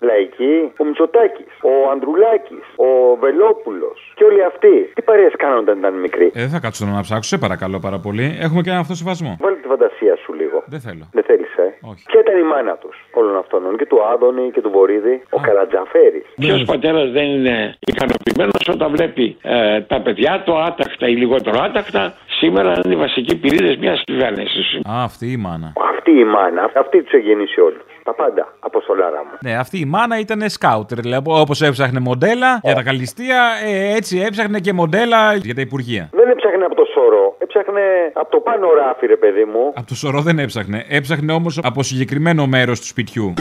Speaker 24: λαϊκοί. Ο Μητσοτάκης, ο Ανδρουλάκης, ο Βελόπουλος και όλοι αυτοί. Τι παρέες κάνανε όταν ήταν μικροί.
Speaker 3: Ε, δεν θα κάτσω να ψάξω, σε παρακαλώ πάρα πολύ. Έχουμε και έναν αυτοσεβασμό.
Speaker 24: Βάλε τη φαντασία σου λίγο.
Speaker 3: Δεν θέλω.
Speaker 24: Δεν θέλεις, ε. Ποια ήταν η μάνα τους όλων αυτών, και του Άδωνη και του Βορύδη, ο Καρατζαφέρη.
Speaker 12: Ποιος πατέρας δεν είναι ικανοποιημένος όταν βλέπει ε, τα παιδιά του άτακτα ή λιγότερο άτακτα σήμερα να είναι οι βασικοί πυρήνε μιας κυβέρνησης.
Speaker 3: Α, αυτή η μάνα.
Speaker 24: Αυτή η μάνα, αυτή τους εγεννήσει όλους. Τα πάντα, αποστολάρα μου.
Speaker 3: Ναι, αυτή η μάνα ήταν σκάουτερ. Δηλαδή, όπως έψαχνε μοντέλα για τα καλλιστεία, ε, έτσι έψαχνε και μοντέλα για τα υπουργεία.
Speaker 24: Δεν έψαχνε από το σώρο, έψαχνε από το πάνω ράφι, ρε παιδί μου.
Speaker 3: Από το σωρό δεν έψαχνε. Έψαχνε όμως από συγκεκριμένο μέρος του σπιτιού.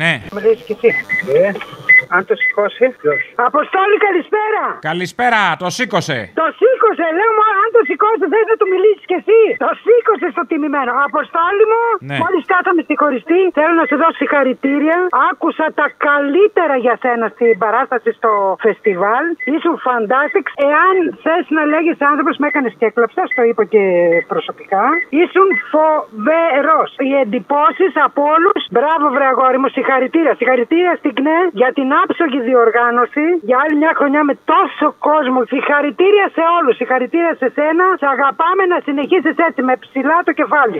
Speaker 3: Ναι.
Speaker 25: Με λέει και εσύ. Ε, αν το σηκώσει. Αποστόλη, καλησπέρα.
Speaker 3: Καλησπέρα, το σήκωσε.
Speaker 25: Το σήκω σήκωσε, λέω μου, αν το σηκώσει δεν θα του μιλήσεις κι εσύ. Το σήκωσε στο τιμημένο. Αποστόλη μου,
Speaker 4: Ναι.
Speaker 25: μόλις κάθαμε στη χωριστή, θέλω να σου δώσω συγχαρητήρια. Άκουσα τα καλύτερα για σένα στην παράσταση στο φεστιβάλ. Ήσουν fantastic. Εάν θες να λέγεις άνθρωπος, με έκανες και έκλαψα, το είπα και προσωπικά. Ήσουν φοβερός. Οι εντυπώσεις από όλους. Μπράβο, βρε αγόρι μου, συγχαρητήρια. Συγχαρητήρια στην ΚΝΕ για την άψογη διοργάνωση. Για άλλη μια χρονιά με τόσο κόσμο. Συγχαρητήρια σε όλους. Συγχαρητήρια σε σένα. Σε αγαπάμε να συνεχίσεις έτσι με ψηλά το κεφάλι.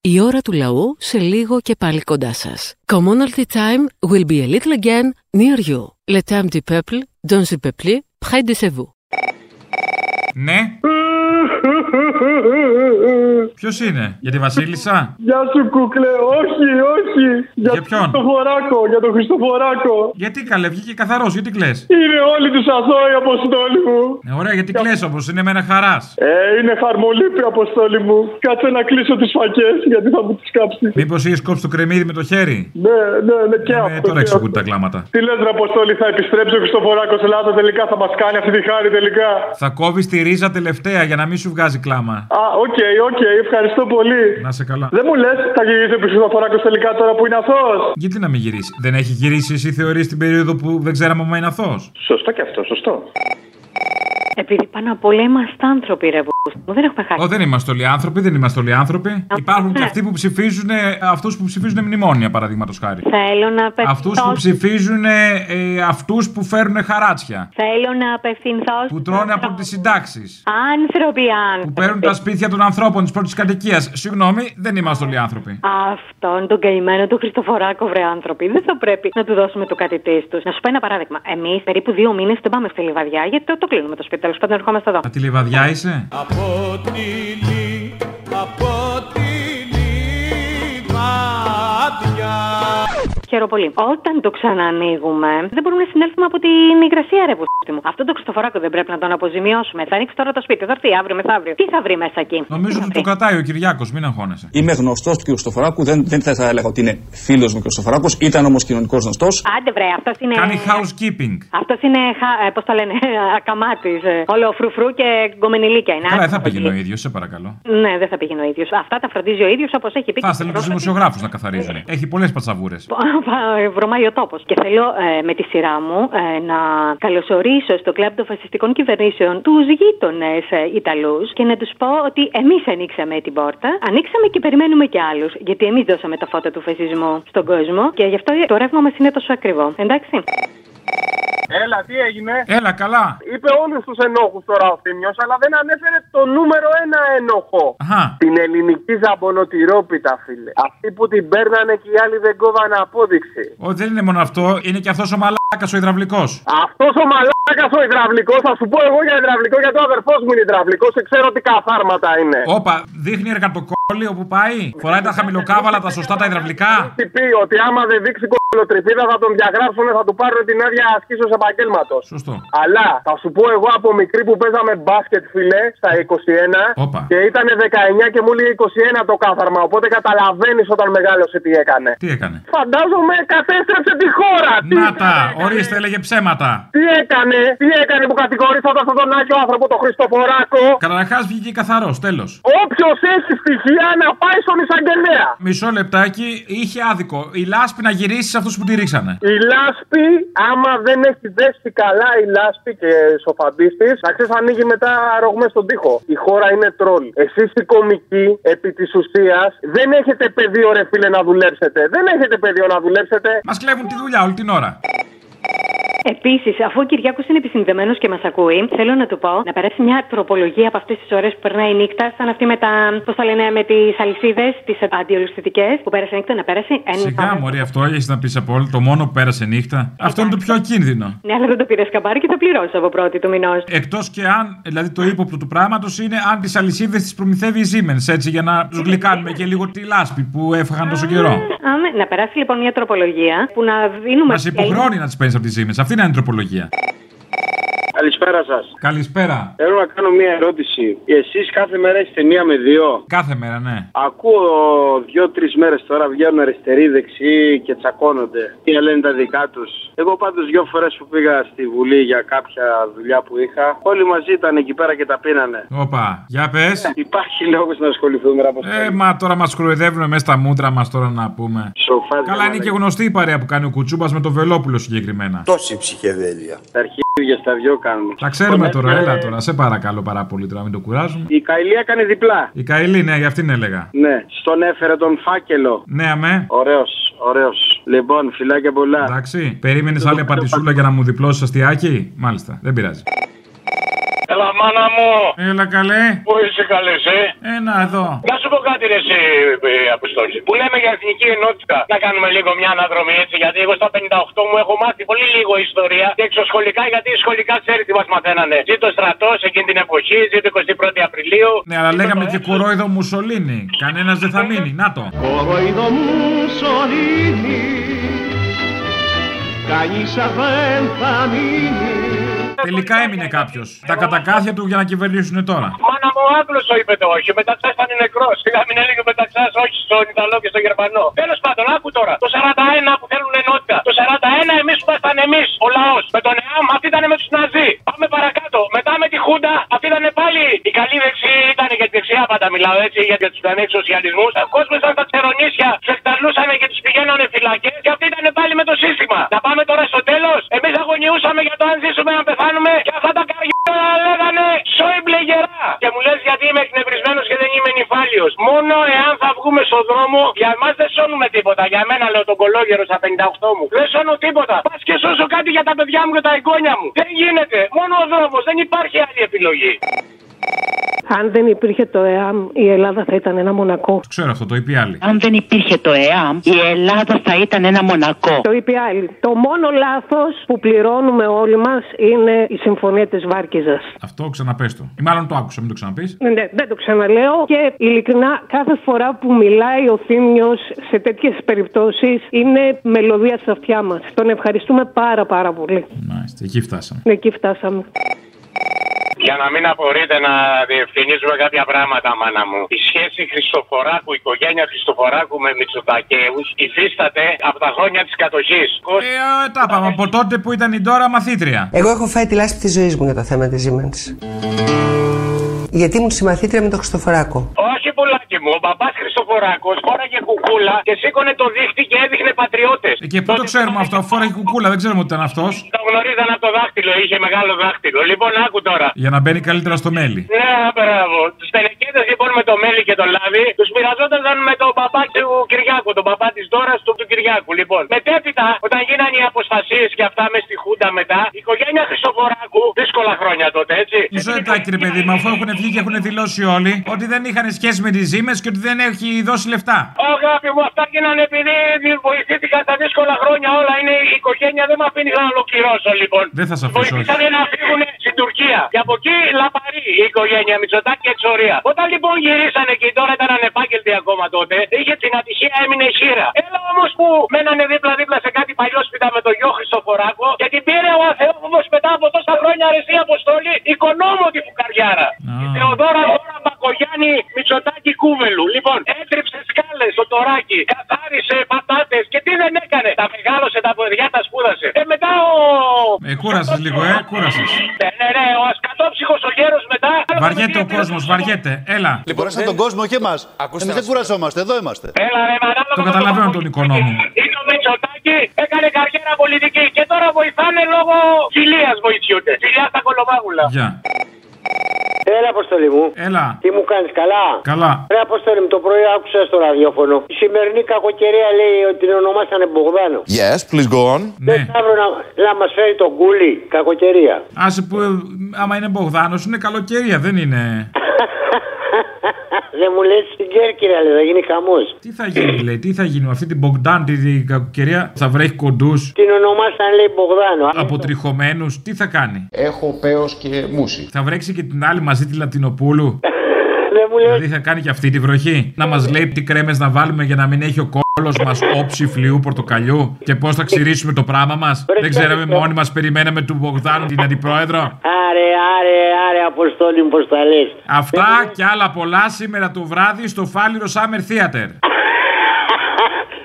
Speaker 1: Η ώρα του λαού σε λίγο και πάλι κοντά σας. Commonalty time will be a little again near you. Le temps du peuple, dans le peuple, près de chez vous.
Speaker 3: Ναι. Ποιος είναι, για τη Βασίλισσα.
Speaker 26: Γεια σου, κούκλε. Όχι, όχι. Για, τον
Speaker 3: ποιον?
Speaker 26: Χριστοφοράκο, για τον Χριστοφοράκο.
Speaker 3: Γιατί καλέ, βγήκε καθαρός, γιατί κλε.
Speaker 26: Είναι όλοι τους αθώοι, αποστόλη μου.
Speaker 3: Ωραία, γιατί κλε όπω είναι με ένα χαράς.
Speaker 26: Ε, είναι χαρμολύπη, αποστόλη μου. Κάτσε να κλείσω τις φακές, γιατί θα μου τις κάψεις.
Speaker 3: Μήπως είχε κόψεις το κρεμμύδι με το χέρι.
Speaker 26: Ναι, ναι, ναι, και
Speaker 3: Ε,
Speaker 26: αυτό.
Speaker 3: τώρα
Speaker 26: και αυτό.
Speaker 3: εξηγούνται τα κλάματα.
Speaker 26: Τι λες, Αποστόλη, θα επιστρέψει ο Χριστοφοράκος Ελλάδα τελικά, θα μας κάνει αυτή τη χάρη τελικά.
Speaker 3: Θα κόβεις τη ρίζα τελευταία για να μην σου βγάζει κλάμα.
Speaker 26: Α, οκ, οκ, ευχαριστώ πολύ.
Speaker 3: Να σε καλά.
Speaker 26: Δεν μου λες, θα γυρίσει ο Χριστοφοράκο τελικά τώρα που είναι αθώος.
Speaker 3: Γιατί να μην γυρίσει. Δεν έχει γυρίσει, εσύ θεωρείς την περίοδο που δεν ξέραμε αν είναι αθώος.
Speaker 26: Σωστό και αυτό, σωστό.
Speaker 13: Επειδή πάνω απ' όλα είμαστε άνθρωποι, ρε βου- μου, δεν έχουμε χάσει.
Speaker 3: Ω, δεν είμαστε όλοι άνθρωποι, δεν είμαστε όλοι άνθρωποι. Υπάρχουν και αυτοί που ψηφίζουν αυτούς που ψηφίζουν μνημόνια, παραδείγματος χάρη.
Speaker 13: Θέλω να απευθυνθώ.
Speaker 3: Αυτούς που ψηφίζουν ε, αυτούς που φέρνουν χαράτσια.
Speaker 13: Θέλω να απευθυνθώ.
Speaker 3: Που τρώνε από τις συντάξεις.
Speaker 13: Άνθρωποι,
Speaker 3: Που
Speaker 13: άνθρωποι.
Speaker 3: παίρνουν τα σπίτια των ανθρώπων της πρώτης κατοικίας. Συγγνώμη, δεν είμαστε όλοι άνθρωποι.
Speaker 13: Αυτόν τον καημένο του Χριστοφοράκο, βρε άνθρωποι. Δεν θα πρέπει να του δώσουμε το κάτι τη τους. Να σου πω ένα παράδειγμα. Εμείς περίπου δύο μήνες δεν πάμε στη λιβαδιά γιατί το, το κλείνουμε το σπίτι. Τέλος πάντων, ερχόμαστε εδώ.
Speaker 3: Α, τη λιβαδιά είσαι.
Speaker 26: Από τη λι, από τη λιβαδιά.
Speaker 13: Χαίρομαι πολύ. Όταν το ξανανοίγουμε, δεν μπορούμε να συνέλθουμε από την υγρασία, ρε πούστη μου. Αυτό το Χριστοφοράκο δεν πρέπει να τον αποζημιώσουμε. Θα ανοίξει τώρα το σπίτι, θα έρθει αύριο μεθαύριο. Τι θα βρει μέσα εκεί.
Speaker 3: Νομίζω ότι το κρατάει ο Κυριάκος, μην αγχώνεσαι.
Speaker 27: Είμαι γνωστός του κ. Χριστοφοράκου, δεν, δεν θα έλεγα ότι είναι φίλος μου ο κ. Χριστοφοράκου, ήταν όμως κοινωνικός γνωστός.
Speaker 13: Άντε, βρε, αυτός είναι.
Speaker 3: Κάνει housekeeping.
Speaker 13: Αυτός είναι, χα- ε, πώς το λένε, ακαμάτης. Όλο φρουφρού και γκομενιλίκια είναι.
Speaker 3: Καλά,
Speaker 13: Άντε,
Speaker 3: δεν θα
Speaker 13: από εκεί.
Speaker 3: πήγαινε ο ίδιος, σε παρακαλώ.
Speaker 13: Ναι, δεν θα πήγαινε ο ίδιος. Αυτά τα φροντίζει ο ίδιος όπως έχει πει.
Speaker 3: Θα Λοιπόν. στέλνει τους δημοσιογράφους να καθαρίζουν. Έχει πολλές πατσαβούρες.
Speaker 13: Βρωμάει ο τόπο. Και θέλω ε, με τη σειρά μου ε, να καλωσορίσω στο κλαμπ των φασιστικών κυβερνήσεων τους γείτονες ε, Ιταλούς και να τους πω ότι εμείς ανοίξαμε την πόρτα, ανοίξαμε και περιμένουμε και άλλους. Γιατί εμείς δώσαμε τα φώτα του φασισμού στον κόσμο και γι' αυτό το ρεύμα μας είναι τόσο ακριβό. Εντάξει.
Speaker 11: Έλα, τι έγινε.
Speaker 3: Έλα, καλά.
Speaker 11: Είπε όλους τους ενόχους τώρα ο Θήμιος, αλλά δεν ανέφερε το νούμερο ένα ενόχο.
Speaker 3: Αχα.
Speaker 11: Την ελληνική ζαμπονοτυρόπιτα, φίλε. Αυτή που την παίρνανε και οι άλλοι δεν κόβανε απόδειξη.
Speaker 3: Ό, δεν είναι μόνο αυτό, είναι και αυτός ο μαλάκας ο υδραυλικός.
Speaker 11: Αυτός ο μαλάκας ο υδραυλικός, θα σου πω εγώ για υδραυλικό, γιατί ο αδερφός μου είναι υδραυλικός και ξέρω τι καθάρματα είναι.
Speaker 3: Όπα, δείχνει εργατοκόλλη όπου πάει. Φοράει τα χαμηλοκάβαλα, τα σωστά τα υδραυλικά.
Speaker 11: Τι πει ότι άμα δεν δείξει κολοτριπίδα θα τον διαγράψουν, θα του πάρουν την άδεια ασκήσεως επαγγέλματος.
Speaker 3: Σωστό.
Speaker 11: Αλλά θα σου πω εγώ από μικρή που παίζαμε μπάσκετ, φιλέ, στα 21
Speaker 3: Όπα.
Speaker 11: και ήταν 19 και μου λέει 21 το κάθαρμα. Οπότε καταλαβαίνεις όταν μεγάλωσε τι έκανε.
Speaker 3: Τι έκανε.
Speaker 11: Φαντάζομαι κατέστρεψε τη χώρα. Τι
Speaker 3: Να τα, ορίστε, έλεγε ψέματα.
Speaker 11: Τι έκανε, τι έκανε που κατηγορήσατε αυτόν τον άκιο άνθρωπο, τον Χριστοφοράκο.
Speaker 3: Καταρχάς βγήκε καθαρός, τέλος.
Speaker 11: Όποιος έχει στοιχεία να πάει στον εισαγγελέα.
Speaker 3: Μισό λεπτάκι, είχε άδικο. Η λάσπη να γυρίσει σε αυτούς που τη ρίξανε.
Speaker 11: Η λάσπη, άμα δεν έχει δέσει καλά η λάσπη και σοφαντή της, να ξέρεις ανοίγει μετά ρογμές στον τοίχο. Η χώρα είναι τρόλ. Εσείς οι κομικοί, επί της ουσίας, δεν έχετε πεδίο, ρε φίλε, να δουλέψετε. Δεν έχετε πεδίο να δουλέψετε.
Speaker 3: Μας κλέβουν τη δουλειά όλη την ώρα.
Speaker 13: Επίσης, αφού ο Κυριάκος είναι επισυνδεμένο και μας ακούει, θέλω να του πω να περάσει μια τροπολογία από αυτές τις ώρες που περνάει η νύχτα, σαν αυτή με τα. Πώς τα λένε, με τις αλυσίδες, τις αντιολουστητικέ που πέρασε η νύχτα, να πέρασε ένα.
Speaker 3: Σιγά, μωρή, αυτό έχεις να πεις από όλο. Το μόνο που πέρασε νύχτα. Αυτό είναι το πιο ακίνδυνο.
Speaker 13: Ναι, αλλά δεν το πήρες καμπάρι και θα πληρώσει από πρώτη του μηνός.
Speaker 3: Εκτός και αν, δηλαδή το ύποπτο του πράγματος είναι αν τις αλυσίδες τις προμηθεύει η Siemens, έτσι, για να τους γλυκάνουμε και λίγο τη λάσπη που έφαγαν τόσο καιρό.
Speaker 13: Άμε, να περάσει λοιπόν μια τροπολογία που να δίνουμε.
Speaker 3: Μας υποχρεώνει να τις παίρνεις από τη Siemens. Αυτή είναι η τροπολογία.
Speaker 12: Καλησπέρα σας.
Speaker 3: Καλησπέρα.
Speaker 12: Θέλω να κάνω μια ερώτηση. Εσείς κάθε μέρα έχετε μία με δύο.
Speaker 3: Κάθε μέρα, ναι.
Speaker 12: Ακούω δύο-τρει μέρες τώρα βγαίνουν αριστεροί, δεξιοί και τσακώνονται και λένε τα δικά τους. Εγώ πάντως δύο φορές που πήγα στη Βουλή για κάποια δουλειά που είχα, όλοι μαζί ήταν εκεί πέρα και τα πίνανε.
Speaker 3: Όπα, για πες.
Speaker 12: Υπάρχει λόγος να ασχοληθούμε, ρε Αποστόλη.
Speaker 3: Ε, μα τώρα μας κοροϊδεύουν μέσα στα μούτρα μας τώρα να πούμε. Καλά είναι και γνωστή η παρέα που κάνει ο Κουτσούμπας με το Βελόπουλο συγκεκριμένα.
Speaker 12: Τόση ψυχεδέλεια. Τα αρχίδια στα δυο κάνουν. Ε,
Speaker 3: Τα ξέρουμε τώρα, έλα τώρα, σε παρακαλώ πάρα πολύ τώρα, μην το κουράζουμε.
Speaker 12: Η Καηλή έκανε διπλά.
Speaker 3: Η Καηλή, ναι, για αυτήν έλεγα.
Speaker 12: Ναι, στον έφερε τον φάκελο.
Speaker 3: Ναι, αμέ.
Speaker 12: Ωραίος, ωραίος. Λοιπόν, φιλάκια πολλά.
Speaker 3: Εντάξει. Περίμενες άλλη απαντησούλα για να μου διπλώσεις αστιάκι. Μάλιστα, δεν πειράζει.
Speaker 15: Έλα, μάνα μου!
Speaker 3: Έλα, καλέ.
Speaker 15: Πού είσαι καλέ, ε?
Speaker 3: Ένα εδώ.
Speaker 15: Να σου πω κάτι, ρε, εσύ, ε, Αποστόλη. Που λέμε για εθνική ενότητα. Να κάνουμε λίγο μια αναδρομή, έτσι. Γιατί εγώ στα 58 μου έχω μάθει πολύ λίγο ιστορία. Και εξωσχολικά, γιατί σχολικά ξέρεις τι μας μαθαίνανε. Ζήτω στρατός εκείνη την εποχή, ζήτω 21η Απριλίου.
Speaker 3: Ναι, αλλά λέγαμε και κορόιδο Μουσολίνη. Κανένας δεν θα μείνει. Να το.
Speaker 28: Κορόιδο Μουσολίνη. Κανείς δεν θα μείνει.
Speaker 3: Τελικά έμεινε κάποιος. Τα κατακάθια του για να κυβερνήσουν τώρα.
Speaker 15: Μάνα μου, Άγγλος το είπε το όχι. Μετά ξάσανε νεκρό. Είχαμε λίγο μετά ξάσανε όχι στον Ιταλό και στον Γερμανό. Τέλος πάντων, άκου τώρα. Το 41 που θέλουν ενότητα. Το 41 εμείς που ήμασταν εμείς, ο λαός. Με τον ΕΑΜ, αυτή ήταν με τους Ναζί. Πάμε παρακάτω. Μετά με τη Χούντα, αυτή ήταν πάλι. Η καλή δεξιά ήταν για τη δεξιά πάντα μιλάω έτσι, για τους ανέξου σοσιαλισμού. Ο κόσμος ήταν τα ξερονίσια, του εκταλούσαν και τους πηγαίνανε φυλακές. Και αυτή ήταν πάλι με το σύστημα. Να πάμε τώρα στο τέλος. Εμείς αγωνιούσαμε για το αν ζήσουμε να πεθάνουμε και αυτά τα καριέρα λέγανε Σόιμπλε γερά. Και μου λες γιατί είμαι εκνευρισμένος και δεν είμαι νυφάλιος. Μόνο εάν θα βγούμε στον δρόμο, για εμά δεν σώνουμε τίποτα. Για μένα λέω τον κολόγερο στα 58 μου. Δεν σώνω τίποτα. Πας και σώσω κάτι για τα παιδιά μου και τα εγγόνια μου. Δεν γίνεται. Μόνο ο δρόμος. Δεν υπάρχει άλλη επιλογή.
Speaker 29: Αν δεν υπήρχε το ΕΑΜ, η Ελλάδα θα ήταν ένα μονακό.
Speaker 3: Ξέρω αυτό, το είπε η άλλη.
Speaker 17: Αν δεν υπήρχε το ΕΑΜ, η Ελλάδα θα ήταν ένα μονακό.
Speaker 29: Το είπε η άλλη. Το μόνο λάθος που πληρώνουμε όλοι μας είναι η συμφωνία της Βάρκιζα.
Speaker 3: Αυτό ξαναπες το. Ή μάλλον το άκουσα, μην το ξαναπείς.
Speaker 29: Ναι, ναι, δεν το ξαναλέω. Και ειλικρινά, κάθε φορά που μιλάει ο Θήμιος σε τέτοιες περιπτώσεις, είναι μελωδία στα αυτιά μας. Τον ευχαριστούμε πάρα πάρα πολύ.
Speaker 3: Μάλιστα, εκεί φτάσαμε.
Speaker 29: Εκεί φτάσαμε.
Speaker 15: Για να μην απορείτε να διευκρινίζουμε κάποια πράγματα, μάνα μου. Η σχέση Χριστοφοράκου, η οικογένεια Χριστοφοράκου με Μητσοτακέους υφίσταται από τα χρόνια της κατοχής.
Speaker 3: Ε, τα πάμε από τότε που ήταν η Ντόρα μαθήτρια.
Speaker 30: Εγώ έχω φάει τη λάσπη της ζωής μου για το θέμα της ζήμανση. Γιατί ήμουν συμμαθήτρια με τον Χριστοφοράκο.
Speaker 15: Όχι, πουλάκι μου. Ο μπαμπάς Χριστοφοράκος φόραγε κουκούλα και σήκωνε το δίχτυ και έδειχνε πατριώτες.
Speaker 3: Ε, Και πού το ξέρουμε αυτό, φόραγε κουκούλα, δεν ξέρουμε ότι ήταν αυτός.
Speaker 15: Το γνωρίζαν από το δάχτυλο, είχε μεγάλο δάχτυλο. Λοιπόν, άκου τώρα.
Speaker 3: Για να μπαίνει καλύτερα στο μέλι.
Speaker 15: Ναι, μπράβο. Τους τελεκέδε λοιπόν με το μέλι και το λάδι, τους πειραζόταν με τον παπά του Κυριάκου, τον παπά τη τώρα του, του Κυριάκου. Λοιπόν, μετέπειτα, όταν γίνανε οι αποστασίες και αυτά μες στη Χούντα μετά, η οικογένεια Χριστοφοράκου, δύσκολα χρόνια τότε, έτσι.
Speaker 3: Μισό λεπτάκι, ρε παιδί μου, αφού έχουν βγει και έχουν δηλώσει όλοι ότι δεν είχαν σχέση με τις ζήμες και ότι δεν έχει δώσει λεφτά.
Speaker 15: Ω, Αγάπη μου, αυτά γίνανε επειδή βοηθήθηκα στα δύσκολα χρόνια όλα. Είναι η οικογένεια, δεν με αφήνει να ολοκληρώσω λοιπόν.
Speaker 3: Δεν θα σε αφήσω. όχι.
Speaker 15: Βοηθήσανε να φύγουν στην Τουρκία. Και από εκεί λαπαρή η οικογένεια Μητσοτάκη και εξορία. Όταν λοιπόν γυρίσανε και η τώρα ήταν ανεπάγγελτη ακόμα τότε, είχε την ατυχία, έμεινε χείρα. Έλα όμως που μένανε δίπλα-δίπλα σε κάτι παλιό σπίτι με τον γιο Χριστοφοράκο και την πήρε ο Αθεόφοβος μετά από τόσα χρόνια αριστερή αποστολή οικονόμο τη φουκαριάρα. Η Θεοδόρα Ωρα Μπακογιάννη Μητσοτάκη Κούβελου. Λοιπόν, έτριψε σκάλες στο τοράκι, καθάρισε πατάτες και τι δεν έκανε. Τα μεγάλωσε τα παιδιά, τα σπούδασε. Ε, μετά ο.
Speaker 3: Ε, κούρασες λίγο, ε, κούρασες.
Speaker 15: Ναι, ναι, ναι, ο ασκατόψυχος ο γέρος μετά.
Speaker 3: Βαριέται ο κόσμος, βαριέται. Έλα.
Speaker 8: Λοιπόν, Κουράσαν τον κόσμο και εμά. Εμείς δεν κουρασόμαστε, εδώ είμαστε.
Speaker 15: Έλα, ρε, μανάλο,
Speaker 3: Το καταλαβαίνω τον οικονόμο.
Speaker 15: είναι ο Μητσοτάκη, έκανε καριέρα πολιτική και τώρα βοηθάνε λόγω φιλίας βοηθιούνται. Φιλιά στα κολομάγουλα.
Speaker 3: Γεια.
Speaker 14: Έλα, Αποστολή μου.
Speaker 3: Έλα.
Speaker 14: Τι μου κάνεις, καλά.
Speaker 3: Καλά.
Speaker 14: Ρε, Αποστολή μου, το πρωί άκουσα στο ραδιόφωνο. Η σημερινή κακοκαιρία λέει ότι την ονομάσανε Μπογδάνο.
Speaker 31: Yes, please go on.
Speaker 3: Ναι.
Speaker 14: Αύριο να, να μας φέρει τον κούλι, κακοκαιρία.
Speaker 3: Άσε που, ε, άμα είναι Μπογδάνος, είναι καλοκαιρία, δεν είναι.
Speaker 14: Δεν μου λες την Κέρκυρα, λέει, θα γίνει χαμός.
Speaker 3: Τι θα γίνει, λέει, τι θα γίνει με αυτή την Μπογδάν, τη- την κακοκαιρία, θα βρέχει κοντούς,
Speaker 14: Την ονομάσαν, λέει, Μπογδάνο.
Speaker 3: αποτριχωμένους, τι θα κάνει.
Speaker 31: Έχω πέος και μουσι.
Speaker 3: Θα βρέξει και την άλλη μαζί τη Λατινοπούλου.
Speaker 14: Δεν μου
Speaker 17: Ναι,
Speaker 3: Δηλαδή θα κάνει και αυτή τη βροχή. Να μας λέει τι κρέμες να βάλουμε για να μην έχει ο κόλ όλο μα όψιφλιού πορτοκαλιού και πώς θα ξηρίσουμε το πράγμα μας. Δεν ξέραμε μόνοι μας περιμέναμε του Μπογδάνου την αντιπρόεδρο.
Speaker 17: Άρε, άρε, άρε, Αποστόλη μου, πώς τα λες.
Speaker 3: Αυτά και άλλα πολλά σήμερα το βράδυ στο Φάληρο Summer Theater.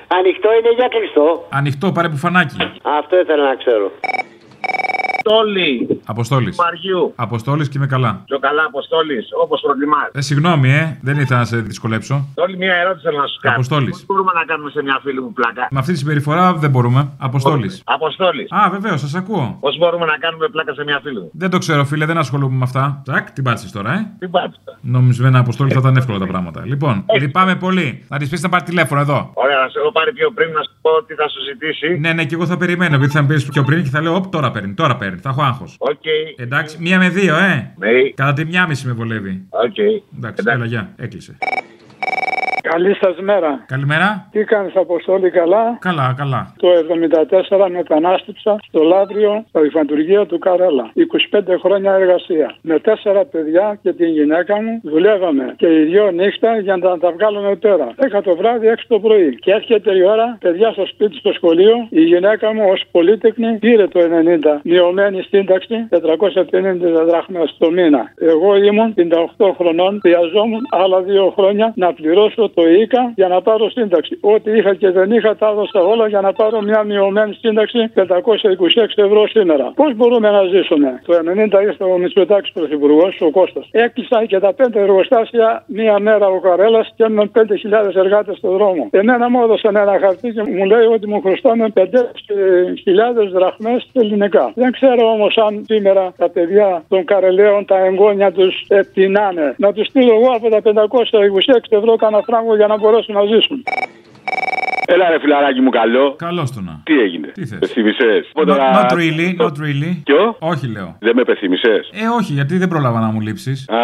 Speaker 17: Ανοιχτό είναι για κλειστό.
Speaker 3: Ανοιχτό, πάρε μπουφανάκι.
Speaker 17: Αυτό ήθελα να ξέρω.
Speaker 14: Αποστόλη.
Speaker 3: Αποστόλης.
Speaker 14: Μαριού.
Speaker 3: Αποστόλης και είμαι καλά.
Speaker 14: Πιο καλά, Αποστόλης, όπως προτιμάς.
Speaker 3: Ε, συγγνώμη, ε, δεν ήθελα να σε δυσκολέψω.
Speaker 14: Όλοι μία ερώτηση θέλω να σου κάνω.
Speaker 3: Αποστόλης.
Speaker 14: Πώς μπορούμε να κάνουμε σε μια φίλη μου πλάκα.
Speaker 3: Με αυτή τη συμπεριφορά δεν μπορούμε. Αποστόλης.
Speaker 14: Αποστόλης.
Speaker 3: Α, βεβαίως, σας ακούω.
Speaker 14: Πώς μπορούμε να κάνουμε πλάκα σε μια φίλη μου.
Speaker 3: Δεν το ξέρω, φίλε, δεν ασχολούμαι με αυτά. Τσακ, την πάτησες τώρα, ε.
Speaker 14: Τι πάτε.
Speaker 3: Νόμιζα με ένα αποστόλης θα ήταν εύκολα τα πράγματα. Λοιπόν, λυπάμαι πολύ. Να της πεις να πάρει τηλέφωνο εδώ.
Speaker 14: Ωραία, να σε έχω πάρει πιο πριν να σου πω τι θα σου ζητήσει.
Speaker 3: Ναι, ναι, και εγώ θα περιμένω, γιατί θα μου πεις πιο πριν και θα λέω, Ωπ, τώρα παίρνει, τώρα παίρνει. Θα έχω άγχος.
Speaker 14: Οκ.
Speaker 3: Εντάξει, μία με δύο, ε.
Speaker 14: Ναι.
Speaker 3: Κατά τη μία μισή με βολεύει.
Speaker 14: Οκ.
Speaker 3: Εντάξει, έλα, γεια, έκλεισε.
Speaker 6: Καλή σας μέρα.
Speaker 3: Καλημέρα.
Speaker 6: Τι κάνεις, Αποστόλη, καλά.
Speaker 3: Καλά, καλά.
Speaker 6: Το 74 μετανάστευσα στο Λάβριο, στα διφαντουργία του Καρέλα. 25 χρόνια εργασία. Με τέσσερα παιδιά και την γυναίκα μου δουλεύαμε και οι δυο νύχτα για να τα βγάλουμε πέρα. Έχα το βράδυ 6 το πρωί. Και έρχεται η ώρα, παιδιά στο σπίτι, στο σχολείο, η γυναίκα μου ως πολίτεκνη πήρε το 90. Μειωμένη σύνταξη 450 δραχμέ το μήνα. Εγώ ήμουν 58 χρονών, χρειαζόμουν άλλα δύο χρόνια να πληρώσω το ΙΚΑ για να πάρω σύνταξη. Ό,τι είχα και δεν είχα, τα έδωσα όλα για να πάρω μια μειωμένη σύνταξη 526 ευρώ σήμερα. Πώς μπορούμε να ζήσουμε. Το 90 ήρθε ο Μητσοτάκης Πρωθυπουργός, ο Κώστας. Έκλεισαν και τα πέντε εργοστάσια μία μέρα ο Καρέλας και με 5.000 εργάτες στον δρόμο. Εμένα μου έδωσαν ένα χαρτί και μου λέει ότι μου χρωστάνε 5.000 δραχμές ελληνικά. Δεν ξέρω όμως αν σήμερα τα παιδιά των Καρελαίων τα εγγόνια τους επιτινάνε. Να τους στείλω εγώ από τα 526 ευρώ κανένα φράγκο για να μπορέσουν να ζήσουν.
Speaker 12: Έλα ρε φιλαράκι μου καλό.
Speaker 3: Καλώς το να.
Speaker 12: Τι έγινε.
Speaker 3: Τι θες?
Speaker 12: Με θύμισες.
Speaker 3: Not, not really, not really.
Speaker 12: Ποιο?
Speaker 3: Όχι, λέω.
Speaker 12: Δεν με πεθύμησες.
Speaker 3: Ε, όχι, γιατί δεν πρόλαβα να μου λείψεις.
Speaker 12: Α,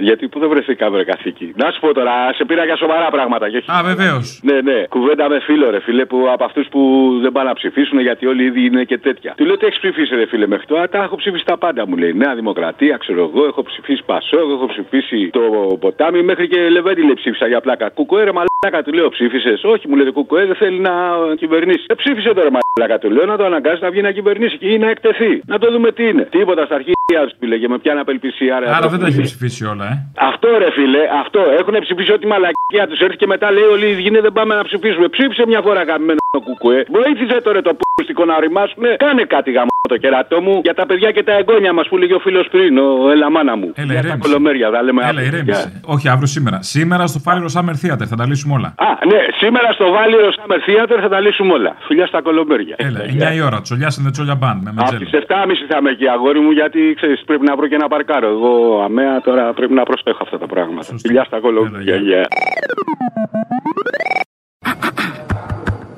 Speaker 12: γιατί πού δεν βρεθήκαμε ρε καθήκη. Να σου πω τώρα, σε πήρα για σοβαρά πράγματα. Και όχι...
Speaker 3: Α, βεβαίως.
Speaker 12: Ναι, ναι. Κουβέντα με φίλο, ρε φίλε, που από αυτούς που δεν πάνε να ψηφίσουν γιατί όλοι ήδη είναι και τέτοια. Του λέω τι έχεις ψηφίσει, ρε φίλε, μέχρι τώρα. Τα έχω ψηφίσει τα πάντα, μου λέει. Νέα Δημοκρατία, ξέρω εγώ, έχω ψηφίσει Πασό, έχω ψηφίσει το ποτάμι μέχρι και Λεβέντι λέει ψήφισα για πλάκα. Κουκουέ, ρε μαλάκα, του λέω ψήφισες. Όχι, μου λέει το κουκουέ δεν θέλει να κυβερνήσει. Ε, ψήφισε τώρα μαλάκα, του λέω να το αναγκάσει να βγει να κυβερνήσει και ή να εκτεθεί. Να το δούμε τι είναι. Τίποτα στα αρχεία του πήγε με πιάνα απελπισία. ρε,
Speaker 3: Άρα
Speaker 12: ανθρώπου,
Speaker 3: δεν τα έχει
Speaker 12: φίλε.
Speaker 3: ψηφίσει όλα, ε.
Speaker 12: Αυτό ρε φίλε, αυτό. Έχουν ψηφίσει ό,τι μαλακία τους έρθει και μετά λέει όλοι οι ίδιοι δεν πάμε να ψηφίσουμε. Ψήφισε μια φορά γαμμένο κουκουέ. Βοήθησε τώρα το πούστικο να ρημάσουνε. Κάνε κάτι γαμό το κερατό μου για τα παιδιά και τα εγγόνια μας που λέγει ο φίλος πριν, ο Ελαμάνα μου.
Speaker 3: Έλα,
Speaker 12: για τα
Speaker 3: ηρέμησε.
Speaker 12: κολομέρια, θα λέμε
Speaker 3: Έλα,
Speaker 12: αύριο.
Speaker 3: ηρέμησε. Όχι, αύριο σήμερα. Σήμερα στο Fire Summer Theater θα τα λύσουμε όλα.
Speaker 12: Α, ναι, σήμερα στο Βάλιρο Summer Theater θα τα λύσουμε όλα. Φιλιά στα κολομέρια.
Speaker 3: Έλα, 9 η ώρα, τσολιά in the τσόλια μπαν με
Speaker 12: Από
Speaker 3: μετζέλ.
Speaker 12: τι 7.30 θα είμαι εκεί, αγόρι μου, γιατί ξέρεις, πρέπει να βρω και ένα παρκάρο. Εγώ αμαία τώρα πρέπει να προσέχω αυτά τα πράγματα. Φιλιά στα κολομέρια. γεια.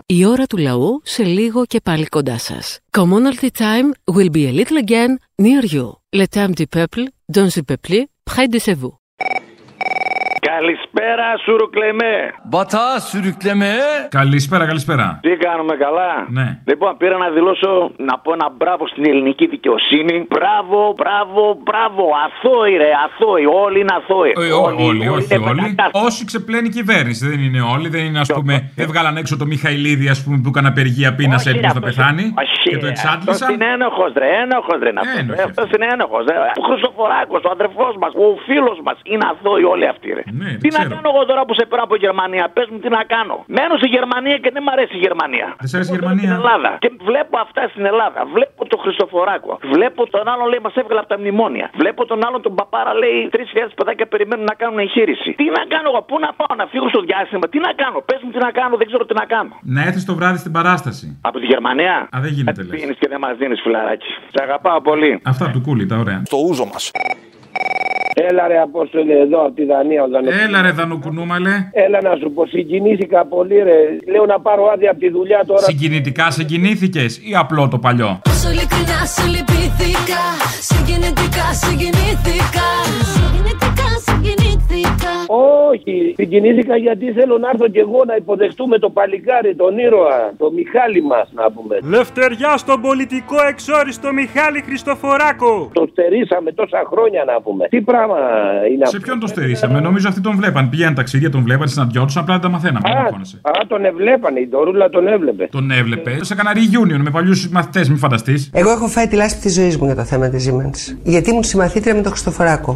Speaker 1: Η ώρα του λαού σε λίγο και πάλι κοντά σας. Commonalty time will be a little again near you. Le temps du peuple, dans le peuple, près de chez vous.
Speaker 19: Καλησπέρα, σουρουκλεμέ.
Speaker 3: Μπατά, σουρουκλεμέ. Καλησπέρα, καλησπέρα.
Speaker 19: Τι κάνουμε καλά.
Speaker 3: Ναι.
Speaker 19: Λοιπόν, πήρα να δηλώσω να πω ένα μπράβο στην ελληνική δικαιοσύνη. Μπράβο, μπράβο, μπράβο. Αθώοι, ρε, αθώοι. Όλοι είναι αθώοι.
Speaker 3: Ε, ό- Όλοι, όχι όλοι. Όσοι ξεπλένει η κυβέρνηση. Δεν είναι όλοι. Δεν είναι, ας πούμε, δεν βγάλαν έξω το Μιχαηλίδη, ας πούμε, που έκανε απεργία πείνα
Speaker 19: Όχι,
Speaker 3: έτοιμο να
Speaker 19: ρε, αυτός-
Speaker 3: πεθάνει.
Speaker 19: Όχι,
Speaker 3: Και το
Speaker 19: ρε,
Speaker 3: εξάντλησαν. Ε,
Speaker 19: Ε, αυτός είναι ένοχος, ρε, ένοχος, ρε.
Speaker 3: Ένοχος.
Speaker 19: Αυτός είναι ένοχος. Ο Χρυσοφοράκος, ο αδερφός μας, ο φίλος μας. Είναι αθώοι όλοι αυτοί, ρε.
Speaker 3: Ναι,
Speaker 19: τι
Speaker 3: δεν
Speaker 19: να
Speaker 3: ξέρω.
Speaker 19: κάνω εγώ τώρα που σε πέρα από Γερμανία, πες μου τι να κάνω. Μένω στη Γερμανία και δεν μ' αρέσει η Γερμανία.
Speaker 3: Δεν σε αρέσει η
Speaker 19: Στην
Speaker 3: Γερμανία.
Speaker 19: Ελλάδα. Και βλέπω αυτά στην Ελλάδα. Βλέπω τον Χρυσοφοράκο. Βλέπω τον άλλον λέει μας έβγαλε από τα μνημόνια. Βλέπω τον άλλον τον παπάρα λέει 3.000 παιδάκια περιμένουν να κάνουν εγχείρηση. Τι να κάνω εγώ, πού να πάω να φύγω στο διάστημα, τι να κάνω, πες μου τι να κάνω, δεν ξέρω τι να κάνω.
Speaker 3: Να έρθει το βράδυ στην παράσταση.
Speaker 19: Από τη Γερμανία.
Speaker 3: Α, δεν γίνεται, λε.
Speaker 19: Δίνει και δεν μας δίνεις, φιλαράκι. Σε αγαπάω πολύ.
Speaker 3: Ε, Αυτά του κούλι, τα ωραία. Στο ούζο μας.
Speaker 10: Έλα ρε Απόστολε εδώ από τη Δανία. Ο Δανοκουνούμαλε.
Speaker 3: Έλα, ρε Δανοκουνούμαλε.
Speaker 10: Έλα να σου πω, συγκινήθηκα πολύ ρε. Λέω να πάρω άδεια από τη δουλειά τώρα.
Speaker 3: Συγκινητικά συγκινήθηκες ή απλό το παλιό.
Speaker 7: Σου ειλικρινά σου λυπηθήκα Συγκινητικά συγκινήθηκα Συγκινητικά συγκινήθηκα
Speaker 10: Όχι
Speaker 14: εκεί. Συγκινήθηκα γιατί θέλω να έρθω κι εγώ να υποδεχτούμε το παλικάρι, τον ήρωα, το Μιχάλη μας, να πούμε.
Speaker 10: Λευτεριά στον πολιτικό εξόριστο Μιχάλη Χριστοφοράκο.
Speaker 14: Το στερήσαμε τόσα χρόνια, να πούμε. Τι πράγμα είναι αυτό.
Speaker 3: Σε ποιον το στερήσαμε, νομίζω αυτοί τον βλέπαν. Πήγαν ταξίδια, τον βλέπαν, συναντιόντουσαν, απλά δεν τα μαθαίναμε. Δεν αγχώνεσαι.
Speaker 14: Α, τον εβλέπανε, η Ντορούλα τον έβλεπε.
Speaker 3: Τον έβλεπε. Σε κανένα reunion με παλιούς μαθητές, μην φανταστείς.
Speaker 30: Εγώ έχω φάει τη λάσπη της ζωής μου για το θέμα της Siemens. Γιατί ήμουν συμμαθήτρια με τον Χριστοφοράκο.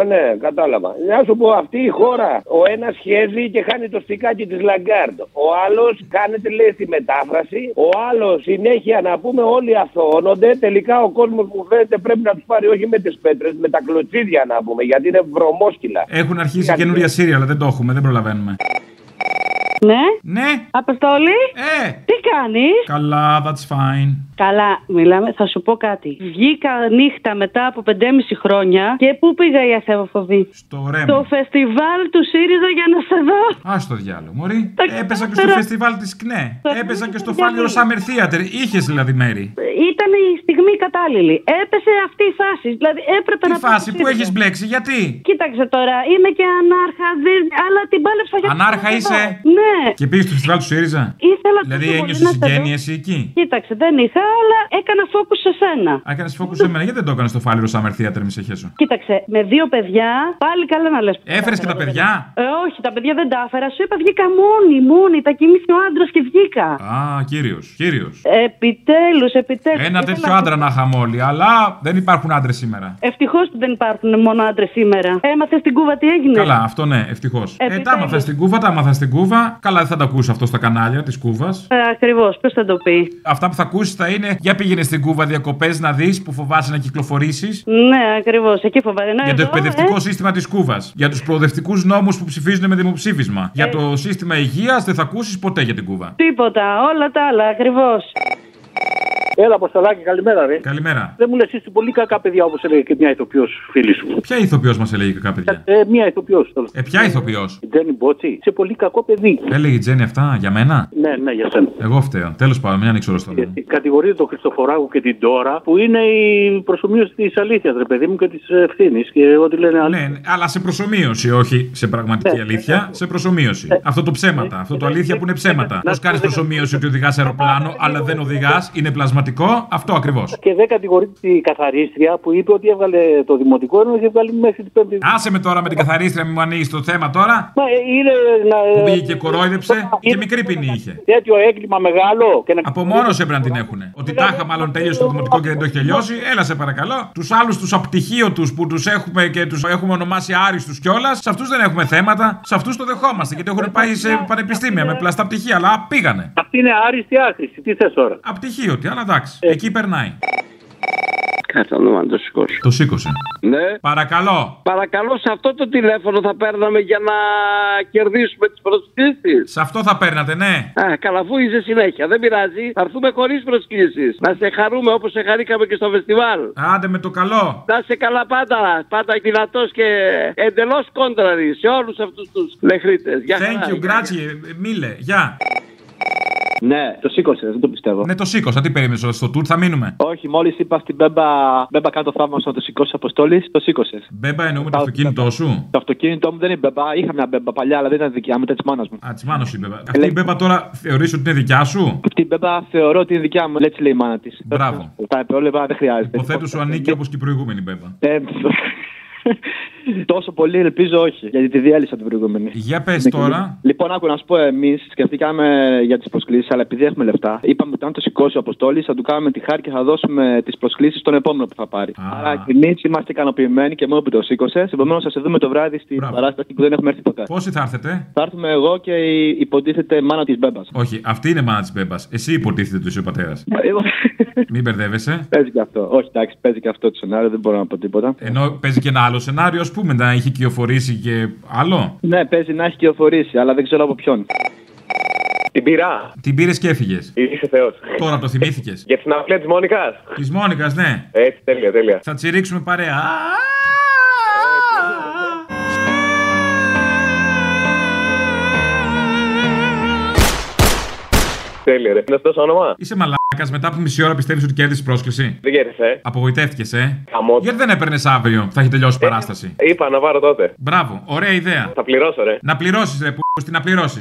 Speaker 14: Α, ναι, κατάλαβα. Να σου πω, αυτή η χώρα. Ο ένας χέζει και χάνει το στικάκι της Λαγκάρντ. Ο άλλος κάνετε, λέει, στη μετάφραση. Ο άλλος συνέχεια να πούμε, όλοι αθωώνονται. Τελικά ο κόσμος που φαίνεται πρέπει να τους πάρει όχι με τις πέτρες, με τα κλωτσίδια να πούμε, γιατί είναι βρωμόσκυλα.
Speaker 3: Έχουν αρχίσει καινούρια σύρια, αλλά δεν το έχουμε, δεν προλαβαίνουμε.
Speaker 26: Ναι.
Speaker 3: Ναι,
Speaker 26: Αποστόλη.
Speaker 3: Ε.
Speaker 26: Τι κάνεις.
Speaker 3: καλά, that's fine.
Speaker 26: Καλά, μιλάμε, θα σου πω κάτι. Βγήκα νύχτα μετά από 5,5 χρόνια και πού πήγα η αθεοφοβή.
Speaker 3: Το ρέμα.
Speaker 26: Το φεστιβάλ του ΣΥΡΙΖΑ για να σε δω.
Speaker 3: Ας το διάλογο, Μωρή. Έπεσα και στο φεστιβάλ της ΚΝΕ. Έπεσα και στο Φάλιρο Summer Theater. Είχες δηλαδή μέρη.
Speaker 26: Ε, Ήταν η στιγμή κατάλληλη. Έπεσε αυτή η φάση. Δηλαδή έπρεπε
Speaker 3: Τι
Speaker 26: να. πάω
Speaker 3: φάση
Speaker 26: στο
Speaker 3: που
Speaker 26: ΣΥΡΙΖΑ.
Speaker 3: έχει μπλέξει, γιατί.
Speaker 26: Κοίταξε τώρα, είμαι και ανάρχα, δεν... αλλά την πάλεψα για
Speaker 3: Ανάρχα
Speaker 26: να σε δω.
Speaker 3: είσαι.
Speaker 26: Ναι,
Speaker 3: Και πήγες στο φεστιβάλ του ΣΥΡΙΖΑ.
Speaker 26: ήθελα
Speaker 3: Δηλαδή
Speaker 26: τόσο πολύ
Speaker 3: ένιωσε
Speaker 26: να σε δω.
Speaker 3: συγγένεια εσύ εκεί.
Speaker 26: Κοίταξε, δεν είχα, αλλά έκανα focus σε σένα.
Speaker 3: Έκανε φόκου σε μένα, γιατί δεν το έκανες στο Φάλιρο Summer Theater, μη σε χέσω.
Speaker 26: Κοίταξε, με δύο παιδιά, πάλι καλά να λες.
Speaker 3: Έφερες και τα παιδιά.
Speaker 26: Ε, όχι, τα παιδιά δεν τα έφερα. Σου είπα, βγήκα μόνη, μόνη. Τα κοιμήθηκε ο άντρας και βγήκα.
Speaker 3: Α, κύριος, κύριος.
Speaker 26: Επιτέλους, επιτέλους.
Speaker 3: Ένα τέτοιο άντρα Ε, να είχαμε όλοι, αλλά δεν υπάρχουν άντρες σήμερα.
Speaker 26: Ευτυχώς που δεν υπάρχουν μόνο άντρες σήμερα. Έμαθες στην κούβα τι έγινε.
Speaker 3: Καλά, αυτό ναι, ευτυχώς. Ε,
Speaker 26: Επιτέλους.
Speaker 3: τα άμαθα στην κούβα, τα άμαθα στην κούβα. Καλά, δεν θα τα ακούσει αυτό στα κανάλια της κούβας.
Speaker 26: Ε, Ακριβώς, ποιος θα το πει.
Speaker 3: Αυτά που θα ακούσεις θα είναι για πήγαινε στην κούβα διακοπές να δεις που φοβάσαι να κυκλοφορήσεις.
Speaker 26: Ναι, ακριβώς, εκεί φοβάμαι. Ενώ
Speaker 3: Για το
Speaker 26: εδώ,
Speaker 3: εκπαιδευτικό σύστημα της Κούβας. Για τους προοδευτικούς νόμους που ψηφίζουν με δημοψήφισμα. Για το σύστημα υγείας δεν θα ακούσεις ποτέ για την Κούβα.
Speaker 26: Τίποτα, όλα τα άλλα, ακριβώς.
Speaker 5: Έλα, Αποστολάκη, καλημέρα, ρε.
Speaker 3: Καλημέρα.
Speaker 5: Δεν μου λες, είσαι πολύ κακά παιδιά, όπως έλεγε και μια ηθοποιός φίλης σου.
Speaker 3: Ποια ηθοποιός μας έλεγε κακά παιδιά.
Speaker 5: Ε, μια ηθοποιός.
Speaker 3: Ε, ποια ηθοποιός.
Speaker 5: Τζένι Μπότσι, είσαι πολύ κακό παιδί.
Speaker 3: Έλεγε η Τζένι αυτά για μένα.
Speaker 5: Ναι, ναι, για σένα.
Speaker 3: Εγώ φταίω. Τέλος πάντων, μην ανοίξω
Speaker 5: Ε,
Speaker 3: όλο το λόγο.
Speaker 5: Κατηγορείται τον Χριστοφοράκου και την Τώρα, που είναι η προσωμείωση της αλήθειας, ρε παιδί μου, και της ευθύνης. Και ό,τι λένε αλήθεια.
Speaker 3: Ναι, Αλλά σε προσωμείωση, όχι σε πραγματική αλήθεια. Σε προσωμείωση. Αυτό το ψέματα. Αυτό το αλήθεια που είναι ψέματα. Πώς κάνεις προσωμείωση ότι οδηγάς αεροπλάνο, αλλά δεν οδηγά, είναι πλασματικό. Αυτό ακριβώς.
Speaker 5: Και δεν κατηγορείται τη καθαρίστρια που είπε ότι έβγαλε το δημοτικό ενώ είχε βγάλει μέχρι την πέμπτη.
Speaker 3: Άσε με τώρα με την καθαρίστρια, μην μου ανοίγεις το θέμα τώρα.
Speaker 5: Μα, ε, είναι
Speaker 3: Που
Speaker 5: να.
Speaker 3: πήγε και κορόιδεψε και μικρή ποινή είχε.
Speaker 5: Τέτοιο έγκλημα μεγάλο. Και να...
Speaker 3: Από μόνος έπρεπε να την έχουν. Ότι τάχα μάλλον τέλειωσε το δημοτικό και δεν το έχει τελειώσει. Έλα σε παρακαλώ. Τους άλλους τους απτυχίου τους που τους έχουμε και τους έχουμε ονομάσει άριστους κιόλας. Σε αυτούς δεν έχουμε θέματα. Σε αυτούς το δεχόμαστε γιατί έχουν πάει σε πανεπιστήμια με πλαστά πτυχία. Αλλά πήγανε.
Speaker 5: Αυτή είναι άριστη άχρηση. Τι θες τώρα. Ε.
Speaker 3: Απτυχίωτη, αλλά εντάξει. Εκεί περνάει.
Speaker 19: Κάτσε να δούμε αν το σηκώσω.
Speaker 3: Το σήκωσε.
Speaker 19: Ναι.
Speaker 3: Παρακαλώ.
Speaker 19: Παρακαλώ, σε αυτό το τηλέφωνο θα παίρναμε για να κερδίσουμε τις προσκλήσεις.
Speaker 3: Σε αυτό θα παίρνατε, ναι.
Speaker 19: Α, καλαβούιζε συνέχεια. Δεν πειράζει. Θα έρθουμε χωρίς προσκλήσεις. Να σε χαρούμε όπως σε χαρήκαμε και στο φεστιβάλ.
Speaker 3: Άντε με το καλό.
Speaker 19: Να σε καλά πάντα. Πάντα δυνατός και εντελώς κόντραρη σε όλους αυτούς τους λεχρίτε. Γεια
Speaker 3: Thank you, γκράτσι, μίλε, γεια.
Speaker 32: Ναι, το σήκωσε, δεν το πιστεύω.
Speaker 3: Ναι, το σήκωσα. Τι περίμενες στο τουρ, θα μείνουμε.
Speaker 32: Όχι, μόλις είπα στην μπέμπα, μπέμπα κάνω το θαύμα σου να το σηκώσει Αποστόλης, το σήκωσες.
Speaker 3: Μπέμπα εννοούμε το αυτοκίνητό σου.
Speaker 32: Το αυτοκίνητό μου δεν είναι μπέμπα, είχα μια μπέμπα παλιά, αλλά δεν ήταν δικιά μου, ήταν της μάνας μου.
Speaker 3: Α, της μάνας σου η μπέμπα. Αυτή η μπέμπα τώρα θεωρείς ότι είναι δικιά σου.
Speaker 32: Αυτή η μπέμπα θεωρώ ότι είναι δικιά μου, έτσι λέει η μάνα της.
Speaker 3: Μπράβο.
Speaker 32: Τα επεόλεπα δεν χρειάζεται.
Speaker 3: Υποθέτω σου ανήκει όπως και η προηγούμενη μπέμπα.
Speaker 32: Ε, Τόσο πολύ ελπίζω όχι, γιατί τη διέλυσα την προηγούμενη.
Speaker 3: Για πες τώρα.
Speaker 32: Λοιπόν, άκου να σου πω, εμείς σκεφτήκαμε για τις προσκλήσεις, αλλά επειδή έχουμε λεφτά, είπαμε ότι αν το σηκώσει ο Αποστόλης, θα του κάνουμε τη χάρη και θα δώσουμε τις προσκλήσεις στον επόμενο που θα πάρει. Άρα και εμείς είμαστε ικανοποιημένοι και μόνο που το σήκωσε. Επομένως, θα σε δούμε το βράδυ στην παράσταση που δεν έχουμε έρθει ποτέ.
Speaker 3: Πόσοι θα έρθετε.
Speaker 32: Θα έρθουμε εγώ και η υποτίθεται μάνα της Μπέμπας.
Speaker 3: Όχι, αυτή είναι η μάνα της μπέμπας. Εσύ υποτίθεται του είσαι ο πατέρας. Μην μπερδεύεσαι.
Speaker 32: Παίζει και αυτό. Όχι, εντάξει, παίζει και αυτό το σενάριο, δεν μπορώ να πω τίποτα.
Speaker 3: Ενώ παίζει και ένα άλλο σενάριο, ας πούμε, να έχει κυοφορήσει και άλλο.
Speaker 32: Ναι, παίζει να έχει κυοφορήσει, αλλά δεν ξέρω από ποιον.
Speaker 12: Την πειρά.
Speaker 3: Την πήρες και έφυγες.
Speaker 12: Είσαι θεός.
Speaker 3: Τώρα το θυμήθηκες.
Speaker 12: Για την αυλία της Μόνικας.
Speaker 3: Της Μόνικας, ναι.
Speaker 12: Έτσι, τέλεια, τέλεια.
Speaker 3: Θα τσιρίξουμε παρέα. Α,
Speaker 12: Τέλεια, ρε. Να σου δώσω όνομα.
Speaker 3: Είσαι μαλάκας. μετά από μισή ώρα πιστεύεις ότι κέρδισε πρόσκληση.
Speaker 33: Δεν κέρδισε. ε.
Speaker 3: Απογοητεύτηκες, ε.
Speaker 33: Χαμός.
Speaker 3: Γιατί δεν έπαιρνες αύριο, θα έχει τελειώσει η παράσταση.
Speaker 33: Είπα να πάρω τότε.
Speaker 3: Μπράβο, ωραία ιδέα.
Speaker 33: Θα Ε, πληρώσω, ρε.
Speaker 3: Να πληρώσεις, ρε, που στην να πληρώσεις.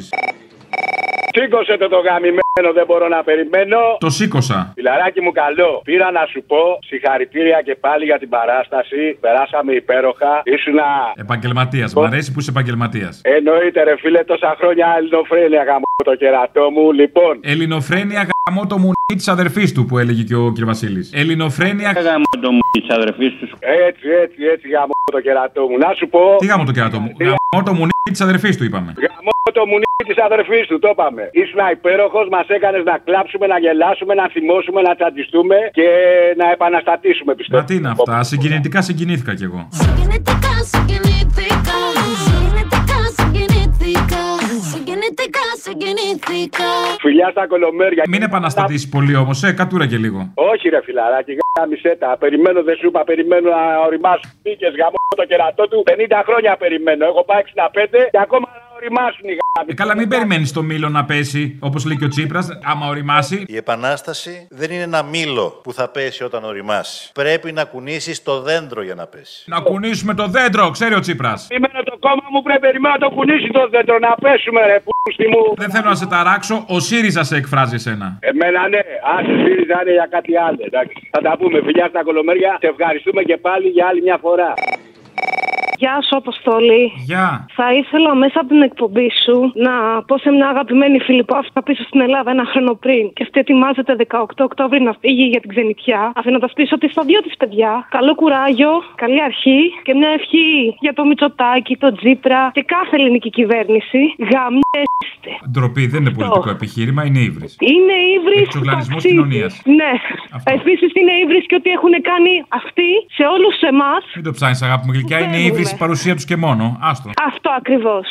Speaker 12: Σήκωσε το το γαμημένο, δεν μπορώ να περιμένω.
Speaker 3: Το σήκωσα.
Speaker 12: Φιλαράκι μου καλό, πήρα να σου πω συγχαρητήρια και πάλι για την παράσταση. Περάσαμε υπέροχα. Ήσουνα.
Speaker 3: Επαγγελματίας. Ε, Μ' αρέσει που είσαι επαγγελματίας.
Speaker 12: Εννοείται, ρε φίλε, τόσα χρόνια ελληνοφρένεια γαμώ το κερατό μου. Λοιπόν,
Speaker 3: Ελληνοφρένεια γαμώ το μουνί της αδερφής του που έλεγε και ο κ. Βασίλη. Ελληνοφρένεια γαμώ το μουνί της αδερφής τους.
Speaker 12: έτσι, έτσι, έτσι γαμώ το κερατό μου. Να σου πω.
Speaker 3: Τι γαμώ το κερατό μου. Γαμώ το μουνί της αδερφής του είπαμε.
Speaker 12: Γαμώ το μουνί της αδερφής του, το είπαμε. Ήσουν υπέροχος, μας έκανες να κλάψουμε, να γελάσουμε, να θυμώσουμε, να τσαντιστούμε και να επαναστατήσουμε, πιστεύω.
Speaker 3: Μα τι είναι αυτά, συγκινητικά συγκινήθηκα κι εγώ.
Speaker 7: Συγκινητικά, συγκινητικά. Συγκινητικά, συγκινητικά. Συγκινητικά, συγκινητικά.
Speaker 12: Φιλιά στα κολομέρια.
Speaker 3: Μην επαναστατήσεις πολύ όμως, ε, κατούρα και λίγο.
Speaker 12: Όχι, ρε φιλαράκι, γάμισε τα. Περιμένω, δεν σου είπα, περιμένω να οριμάσουν νίκε. Γαμώ το κερατό του. 50 χρόνια περιμένω. Έχω πάει 65 και ακόμα να οριμάσουν οι γάμοι.
Speaker 3: Ε, καλά, μην περιμένεις το μήλο να πέσει όπως λέει και ο Τσίπρας, άμα οριμάσει.
Speaker 8: Η επανάσταση δεν είναι ένα μήλο που θα πέσει όταν οριμάσει. Πρέπει να κουνήσεις το δέντρο για να πέσει.
Speaker 3: Να κουνήσουμε το δέντρο, ξέρει ο Τσίπρας.
Speaker 12: Περιμένω το κόμμα μου, πρέπει περιμένω να το κουνήσει το δέντρο να πέσουμε, ρε πούστη μου.
Speaker 3: Δεν θέλω να σε ταράξω, ο ΣΥΡΙΖΑ σε εκφράζει εσένα.
Speaker 12: Εμένα ναι, αν σε ΣΥΡΙΖΑ είναι για κάτι άλλο. Εντάξει. Θα τα πούμε, φιλιά στα κολομέρια. Σε ευχαριστούμε και πάλι για άλλη μια φορά.
Speaker 34: Γεια σου, Αποστολή.
Speaker 3: Γεια.
Speaker 34: Θα ήθελα μέσα από την εκπομπή σου να πω σε μια αγαπημένη φίλη που άφησα πίσω στην Ελλάδα ένα χρόνο πριν και αυτή ετοιμάζεται 18 Οκτώβρη να φύγει για την ξενιτιά, αφήνοντας πίσω τη τα δυο της παιδιά. Καλό κουράγιο, καλή αρχή και μια ευχή για το Μητσοτάκι, το Τζίπρα και κάθε ελληνική κυβέρνηση. Γαμιέστε.
Speaker 3: Ντροπή δεν είναι πολιτικό επιχείρημα, είναι ύβρις.
Speaker 34: Είναι ύβρις.
Speaker 3: Εξουγλανισμό κοινωνίας.
Speaker 34: Ναι. Επίσης είναι ύβρις και ότι έχουν κάνει αυτοί σε όλους εμάς.
Speaker 3: Μην το ψάχνεις, αγάπη μου γλυκιά, είναι ύβρι η παρουσία τους και μόνο. Άστο.
Speaker 34: Αυτό ακριβώς.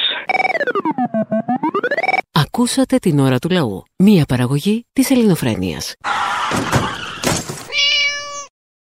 Speaker 1: Ακούσατε την ώρα του λαού. Μία παραγωγή της Ελληνοφρένειας.